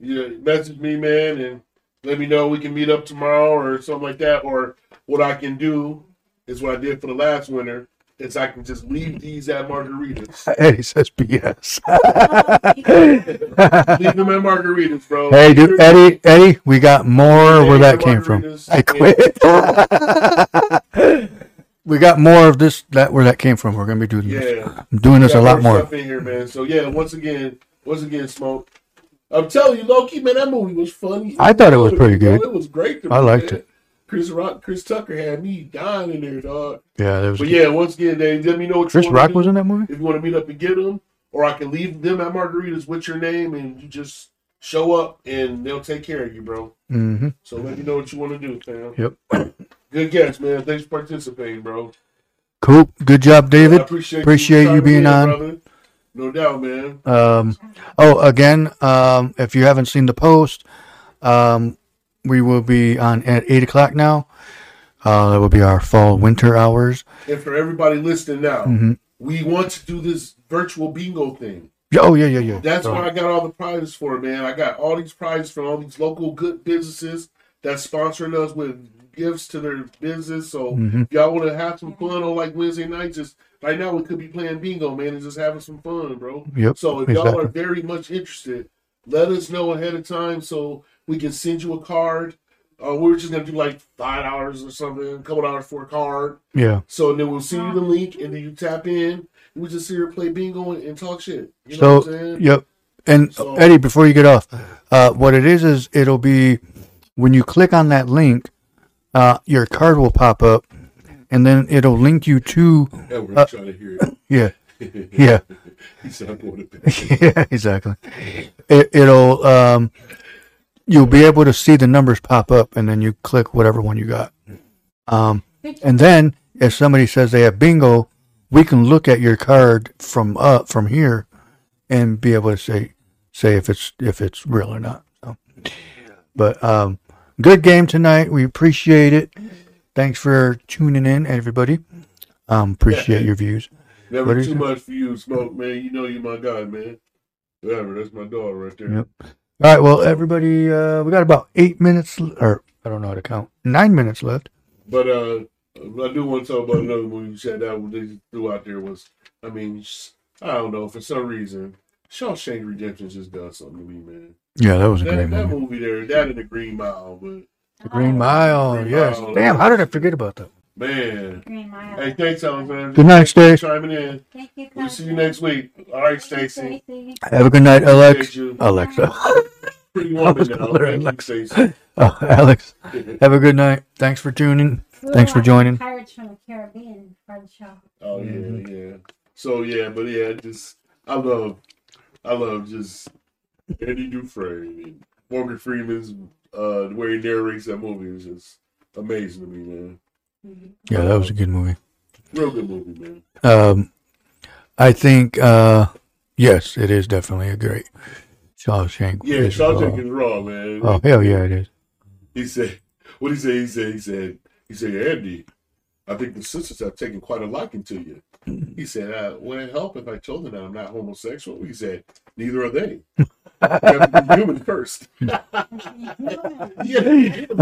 you message me, man, and let me know we can meet up tomorrow or something like that. Or what I can do is what I did for the last winter is I can just leave these at margaritas. Hey, he says BS. leave them at margaritas, bro. hey, dude, Eddie, Eddie, we got more where Hey, that came from. margaritas. I quit. we got more of this that where that came from. We're gonna be doing this. Yeah. I'm doing this got a lot more. Stuff in here, man. So yeah, once again, once again, smoke. I'm telling you, Loki, man, that movie was funny. I thought it was pretty good. It was great. to I me, liked man. it. Chris Rock, Chris Tucker had me dying in there, dog. Yeah, there was. But yeah, once again, Dave, let me know. What Chris you wanna Rock do. was in that movie. If you want to meet up and get them, or I can leave them at margaritas with your name, and you just show up, and they'll take care of you, bro. Mm-hmm. So let me know what you want to do, fam. Yep. Good guess, man. Thanks for participating, bro. Cool. Good job, I David. appreciate, appreciate you Sorry to being hear, on. brother. No doubt, man. Um, oh, again, um, if you haven't seen the post, um, we will be on at eight o'clock now. Uh, that will be our fall winter hours. and for everybody listening now, Mhm. we want to do this virtual bingo thing. Yeah, Oh yeah, yeah, yeah. That's Oh, what I got all the prizes for, man. I got all these prizes from all these local good businesses that's sponsoring us with gifts to their business. So Mhm. if y'all want to have some fun on like Wednesday night, just right now we could be playing bingo, man, and just having some fun, bro. Yep. So if y'all exactly. are very much interested, let us know ahead of time so we can send you a card. Uh, we're just gonna do like five dollars or something, a couple dollars for a card. yeah, So then we'll send you the link, and then you tap in. and We just sit here play bingo and, and talk shit. You know what I'm so saying? yep. And So- Eddie, before you get off, uh, what it is is it'll be when you click on that link, uh, your card will pop up, and then it'll link you to Edward, uh, trying to hear it. yeah, yeah. He said, "I'm going to bed." yeah, exactly. It, it'll um, you'll be able to see the numbers pop up, and then you click whatever one you got. Um, and then if somebody says they have bingo, we can look at your card from up from here, and be able to say say if it's if it's real or not. So, but um, good game tonight. We appreciate it. Thanks for tuning in, everybody. Um, appreciate your views. What Never is too it? much for you, smoke man. You know you're my guy, man. Whatever, that's my dog right there. Yep. All right, well, everybody, uh, we got about eight minutes, l- or I don't know how to count, nine minutes left. But uh, I do want to talk about another one you said that one they threw out there was. I mean, sh- I don't know for some reason, Shawshank Redemption just done something to me, man. Yeah, that was a That, great that movie. movie there, that in the Green Mile, but Green Mile, Green yes. Mile. Damn, how did I forget about that? Man. Green Mile. Hey, thanks, Alexander. Good night, for Stacy. Chiming in. Thank you. We'll see you next Constance. week. All right, Thank you, Stacy. Stacy. Have a good night, Appreciate Alex. you. Alexa. Pretty Oh, I woman was now. calling her Thank you, Alexa. Stacy. Oh, Alex. Have a good night. Thanks for tuning. We were Thanks for watching joining. Pirates from the Caribbean for the show. Oh yeah, Mhm. yeah. So yeah, but yeah, just I love, I love just Andy Dufresne and Morgan Freeman's uh, the way he narrates that movie was just amazing to me, man. Yeah, that was a good movie. Real good movie, man. Um, I think uh, yes, it is definitely a great Shawshank. Yeah, is Shawshank raw. is raw, man. Oh hell yeah, it is. He said, what he said, he said, he said, he said, Andy, I think the sisters have taken quite a liking to you. He said, uh, would it help if I told them that I'm not homosexual? He said, neither are they. You have to be human first. Mhm. Yeah.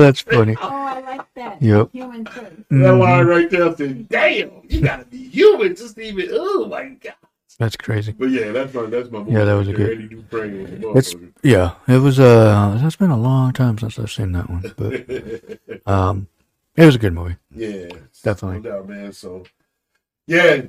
That's funny. oh, I like that. Yep. Human first. That Mhm. line right there, I said, damn, you gotta be human just to even, oh my God. That's crazy. But yeah, that's my, that's my movie. Yeah, that was a right there. good- Andy Dufresne was a It's yeah, it was uh that's been a long time since I've seen that one, but motherfucker. um it was a good movie. Yeah, Definitely. no doubt, man. So, yeah,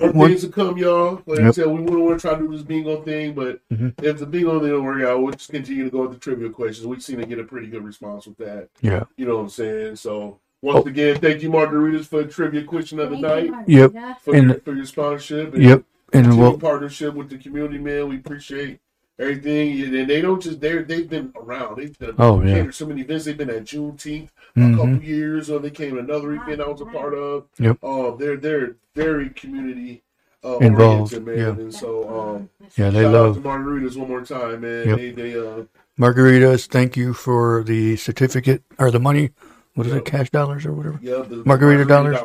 more One- things to come, y'all. Like I Yep. said, we wouldn't want to try to do this bingo thing, but Mhm. if the bingo thing don't work out, we'll just continue to go with the trivia questions. We seem to get a pretty good response with that. Yeah. You know what I'm saying? So, Oh. once again, thank you, Margaritas, for the trivia question of the Thank you, night, Yep. Margarita. for, And- your, for your sponsorship, and Yep. And continued we'll partnership with the community, man. We appreciate everything, and and they don't just they are they've been around. They've done Oh, yeah. catered so many events. They've been at Juneteenth a mhm. couple years, or they came to another event I was a part of. Yep. Uh, they're they're very community uh, Involved, oriented, man. yeah. And so um, Yeah, they shout love out to margaritas one more time, man. Yep. They they uh margaritas. Thank you for the certificate or the money. What is Yep. it? Cash dollars or whatever. yeah the, the Margarita dollars?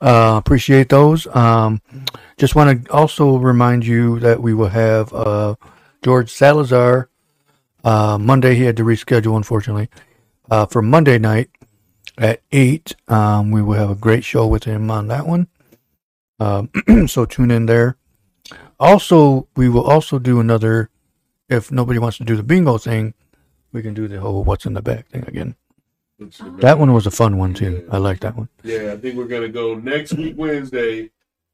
Uh, appreciate those. Um, just want to also remind you that we will have uh, George Salazar. Uh, Monday he had to reschedule, unfortunately. Uh, for Monday night at eight, um, we will have a great show with him on that one. Um, so tune in there. Also, we will also do another. If nobody wants to do the bingo thing, we can do the whole "What's in the bag" thing again. That one was a fun one too. I like that one. Yeah, I think we're gonna go next week Wednesday.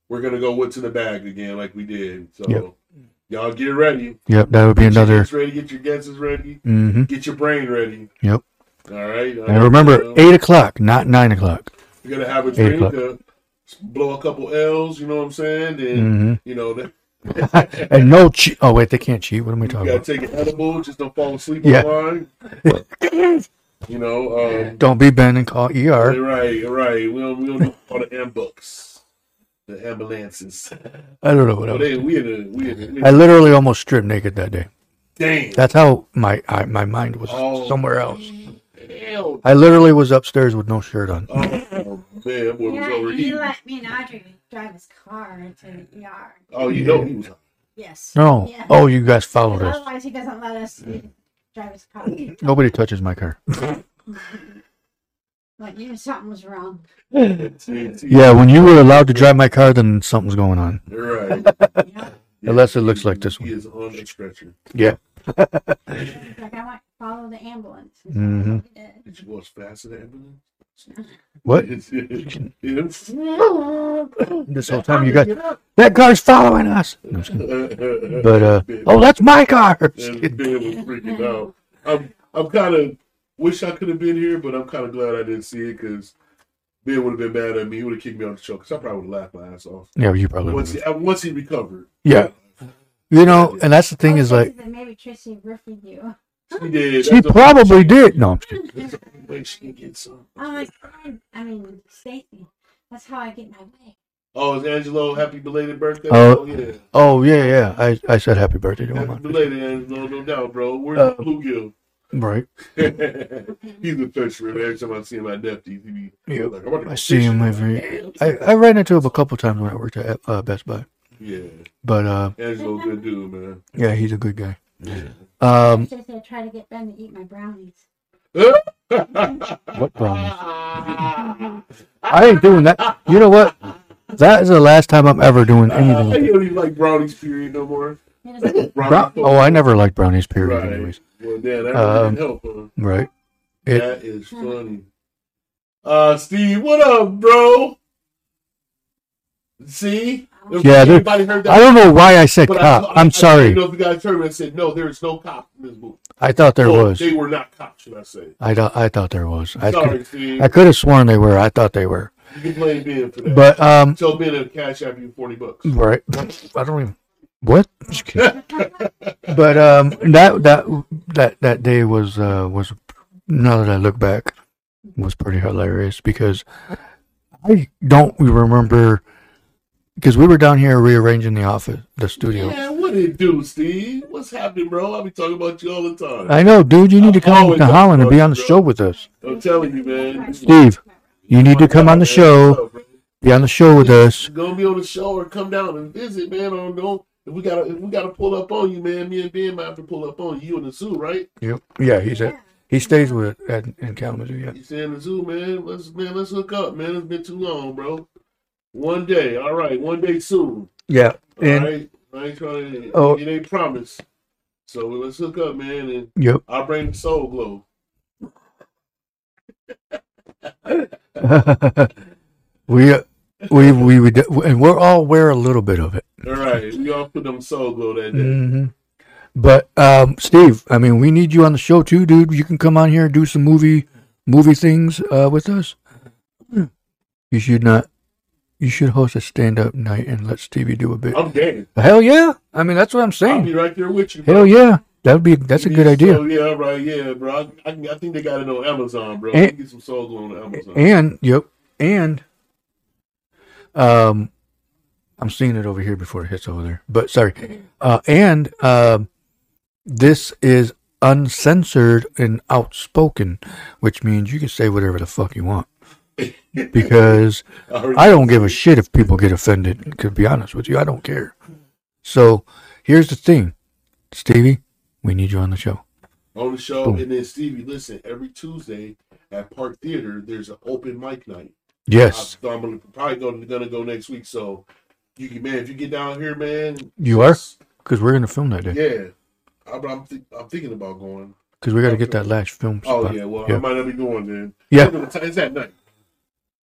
We're gonna go what's in the bag again, like we did. So Yep. y'all get ready. Yep, that would be Get your another. guesses ready. Get your guesses ready. hmm Get your brain ready. Yep. All right. And remember, eight o'clock, not nine o'clock. We're gonna have a Eight drink, o'clock. to blow a couple L's. You know what I'm saying? And hmm you know that And no cheat. Oh wait, they can't cheat. What am I you talking gotta about? take an edible. Just don't fall asleep Yeah. online. You know, um, Don't be Ben and call ER. right, right. We don't, we don't know all the ambucs, the ambulances. I don't know what But else. hey, we had a we had a I literally almost stripped naked that day. damn. That's how my I, my mind was Oh. somewhere else. Hell, I literally was upstairs with no shirt on. oh man, that boy was Yeah, he overeating. let me and Audrey drive his car into the ER. Oh, you know he was. Yes. No. Yeah. Oh, you guys followed us. Otherwise, he doesn't let us drive his car. Nobody touches my car. Like you knew something was wrong. Yeah, when you were allowed to drive my car, then something's going on. You're right. You know, Yeah, Unless it looks he- like this He is on the stretcher. Yeah. He's like I want to follow the ambulance. Mhm. Did you go as fast as the ambulance? What? This whole time you got that car's following us. No, I'm just kidding. But uh, oh, that's my car. And Ben was freaking out. I'm, I'm kind of wish I could have been here, but I'm kind of glad I didn't see it because Ben would have been mad at me. He would have kicked me on the show because I probably would have laughed my ass off Yeah, you probably. once Would. he, uh, once he recovered. Yeah, you know, and that's the thing I is was like thinking that maybe Tracy roofied you. She did. she That's the- probably did. No, I'm just kidding. that's the only way she can get some. Oh my god! I mean, Stacy. That's how I get my way. Oh, is Angelo happy belated birthday? Oh. yeah. oh yeah, yeah. I, I said happy birthday to my Happy mom. belated, Angelo, no doubt, bro. Where's Uh, the bluegill? Right. Um, He's a fisherman. Every time I see him at Neptune's, he be Yep. like, I, wanna go I see him fishing." every. I, I ran into him a couple times when I worked at uh, Best Buy, Yeah. but uh, Angelo's a good dude, man. yeah, he's a good guy. Um, Tracy, I try to get Ben to eat my brownies. what problems? I ain't doing that. You know what? That is the last time I'm ever doing anything. I Like that. don't even like brownies period no more. He doesn't- Bro- oh, I never liked brownies. Period. Right. Anyways. Well, damn, that really Um, didn't help. Huh? Right. It, that is funny. Uh, Steve, what up, bro? See, If Yeah, there- anybody heard that? I don't know why I said but cop. I, I'm I sorry. know if you guys heard me. I said no. There is no cop in this movie. I thought there Well, was. They were not cops, should I say? I thought I thought there was. I Sorry, could, Steve. I could have sworn they were. I thought they were. You can blame Ben for that. But um, Tell Ben to cash out you forty bucks. right. I don't even. What? Just kidding. but um, that that that that day was uh was now that I look back was pretty hilarious because I don't remember because we were down here rearranging the office, the studio. Yeah, what did it do, Steve? What's happening, bro? I'll be talking about you all the time. I know, dude. You need to come always to up Holland and front, be on the bro. show with us, I'm telling you, man. Steve. You need to come on the Man, what's show. up, bro? Be on the show with us. gonna be on the show or come down and visit, man. I don't know if we gotta if we gotta pull up on you, man. Me and Ben might have to pull up on you. You in the zoo, right? Yep. Yeah, he's at he stays with at in Kalamazoo. Yeah. You stay in the zoo, man. Let's man, let's hook up, man. It's been too long, bro. One day, all right. One day soon. Yeah. All right. And I ain't trying to. Oh. It ain't promise. So let's hook up, man, and yep. I'll bring the soul glow. we uh, we we would and we're all wear a little bit of it. All right, we all put on soul glow that day. hmm But um, Steve, I mean, we need you on the show too, dude. You can come on here and do some movie movie things uh, with us. You should not. You should host a stand up night and let Stevie do a bit. I'm game. Hell yeah! I mean, that's what Oh. I'm I'll saying. be right there with you. bro. Hell yeah! That would be that's a good idea. So, yeah, all right, yeah, bro. I, I, can- I think they got it on Amazon, bro. And- you can get some soul glow on Amazon. And yep, and um, I'm seeing it over here before it hits over there. But sorry, uh, and um, this is uncensored and outspoken, which means you can say whatever the fuck you want because already- I don't give a shit if people get offended. To be honest with you, I don't care. So here's the thing, Stevie, we need you on the show. on the show. Boom. And then Stevie, listen, every Tuesday at Park Theater, there's an open mic night. Yes, I, am gonna, probably gonna, gonna go next week. So you can, man, if you get down here, man, you are because we're gonna film that day yeah. I'm, I'm, thi- I'm thinking about going. because we got to get that last film Oh spot. yeah, well Yeah. I might not be going then. Yeah. it's that night.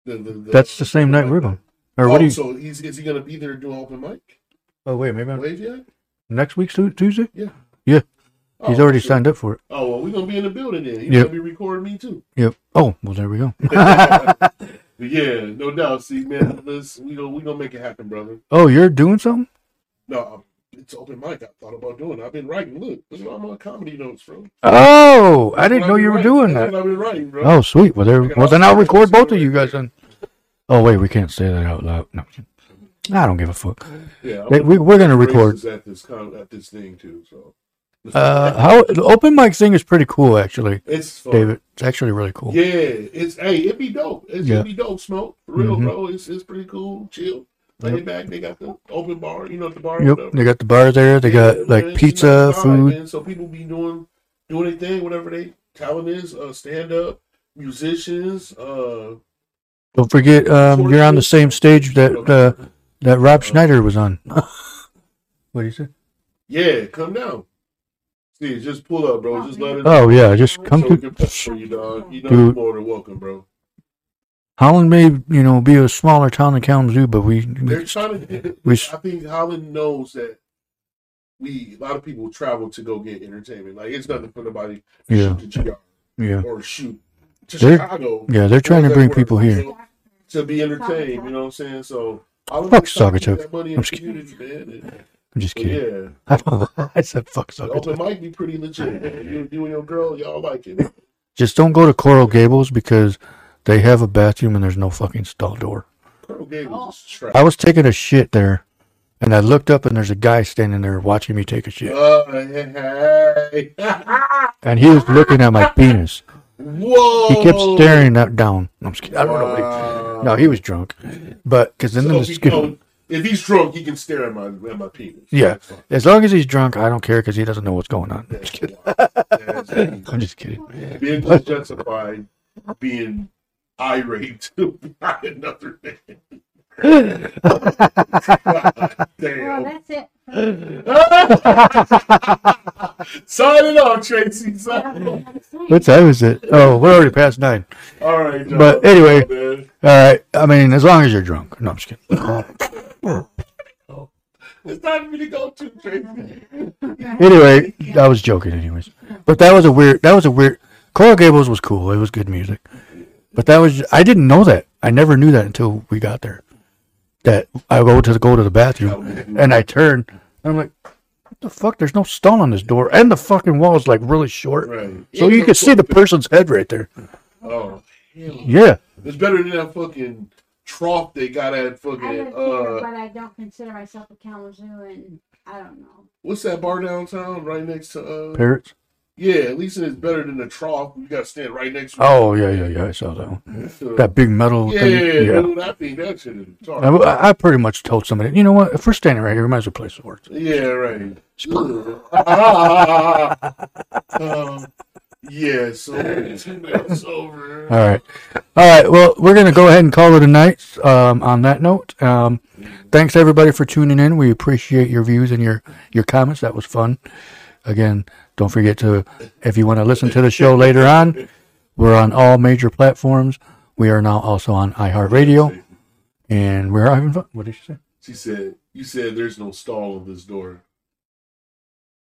The- the- the- That's the same night we're going. Or what oh, do you? so he's, is he gonna be there doing open mic? Oh wait, maybe I'm, Wave yet? next week's Tu- Tuesday. Yeah. Yeah, Oh, he's already shit. signed up for it. Oh well, we're gonna be in the building then. He's Yep. gonna be recording me too. Yep. Oh well, there we go. But yeah, no doubt. See, man, let's we gonna we gonna make it happen, brother. oh, you're doing something? No, um, it's open mic. I thought about doing. I've been writing. Look, this is all my comedy notes, bro. Oh, I What didn't I've know been you were writing. doing That's that. what I've been writing, bro. Oh, sweet. Well, there. I got Well, all then I'll kinds of record both of stories you guys. Then. Oh wait, we can't say that out loud. No, I don't give a fuck. yeah. They- we, we're gonna record. racist at this con- at this thing too. So Uh, how the open mic thing is pretty cool, actually, it's fun. David. It's actually really cool. Yeah, it's hey, it'd be dope. It's, Yeah. It'd be dope, smoke. For Real Mhm. bro, it's it's pretty cool. Chill, lay Yep. back. They got the open bar. You know the bar. Yep. whatever. They got the bar there. They Yeah, got man, like it's a pizza, nice vibe, food. man. So people be doing doing their thing, whatever they talent is, uh, stand up, musicians, uh, Don't forget, um, you're on the Torches. same stage that uh, that Rob Schneider was on. what do you say? yeah, come down. See, just pull up, bro. Just let it. Oh yeah, just so come we to can push for you, dog. You know, Dude. you're more than welcome, bro. Holland. May you know be a smaller town than Kalamazoo, but we, They're we trying to. we- I think Holland knows that we a lot of people travel to go get entertainment. Like it's nothing for nobody to Yeah. shoot to GR yeah or shoot to They're- Chicago. yeah they're trying to that bring work, people you here. know, to be entertained. You know what I'm saying? So I Fuck Saugatuck. That money in I'm the just community, man. And, I'm just but kidding. yeah, I said fuck the suckers. open mic be pretty legit. man. You, you and your girl, y'all like it. Just don't go to Coral Gables because they have a bathroom and there's no fucking stall door. Pearl Gables is trash. I was taking a shit there, and I looked up and there's a guy standing there watching me take a shit, Uh, hey, hey. and he was looking at my penis. Whoa! He kept staring up down. I'm just kidding. I don't know. what he- Wow. No, he was drunk, but because then So the if, he skin, don't- if he's drunk, he can stare at my at my penis. yeah. That's fine. As long as he's drunk, I don't care because he doesn't know what's going on. I'm That's just kidding. wild. That's crazy. I'm just kidding. Being just justified being irate by another man. God Well, damn. that's it Sign it off, Tracy. Sign it off. What time is it? Oh, we're already past nine. All right, John. But anyway. Man. All right. I mean, as long as you're drunk. No, I'm just kidding. it's time for me to go to Tracy. Anyway, I was joking, anyways. But that was a weird. That was a weird. Coral Gables was cool. It was good music. But that was. I didn't know that. I never knew that until we got there. That I go to the, go to the bathroom, and I turn, and I'm like, "What the fuck? There's no stall on this door, and the fucking wall is like really short, Right. so you can see the person's head right there." Oh, hell. Yeah. It's better than that fucking trough they got at I fucking live here, uh, but I don't consider myself a Kalamazoo, and I don't know. what's that bar downtown right next to uh, Parrots. yeah. At least it's better than the trough. You got to stand right next to Oh yeah, yeah, yeah. I saw that one. it. That big metal yeah, thing. yeah, yeah, dude. I think that shit is I, retarded. I- I pretty much told somebody, you know what? If we're standing right here, we might as well play some words. Yeah, right. Ugh. um, yeah, so it's it's over. All right. All right. Well, we're going to go ahead and call it a night um, on that note. Um, thanks, everybody, for tuning in. We appreciate your views and your, your comments. That was fun. Again, don't forget to, if you want to listen to the show later on, we're on all major platforms. We are now also on iHeartRadio. And we're having fun. What did she say? She said, "You said there's no stall on this door."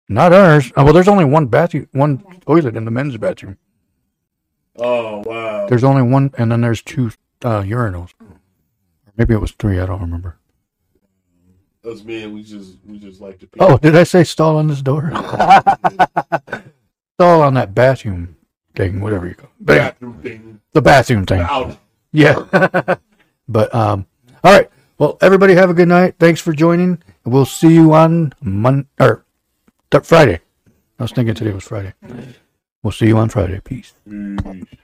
Not ours. Oh, well, there's only one bathroom, one toilet in the men's bathroom. Oh wow! There's only one, and then there's two uh, urinals. Maybe it was three. I don't remember. Us men, we just we just like to. Pee. Oh, did I say stall on this door? stall on that bathroom thing, whatever you call it. Ba- bathroom thing The bathroom thing. out. Yeah. but, um, all right. Well, everybody have a good night. Thanks for joining. We'll see you on Mon or th- Friday. I was thinking today was Friday. We'll see you on Friday. Peace. Mm.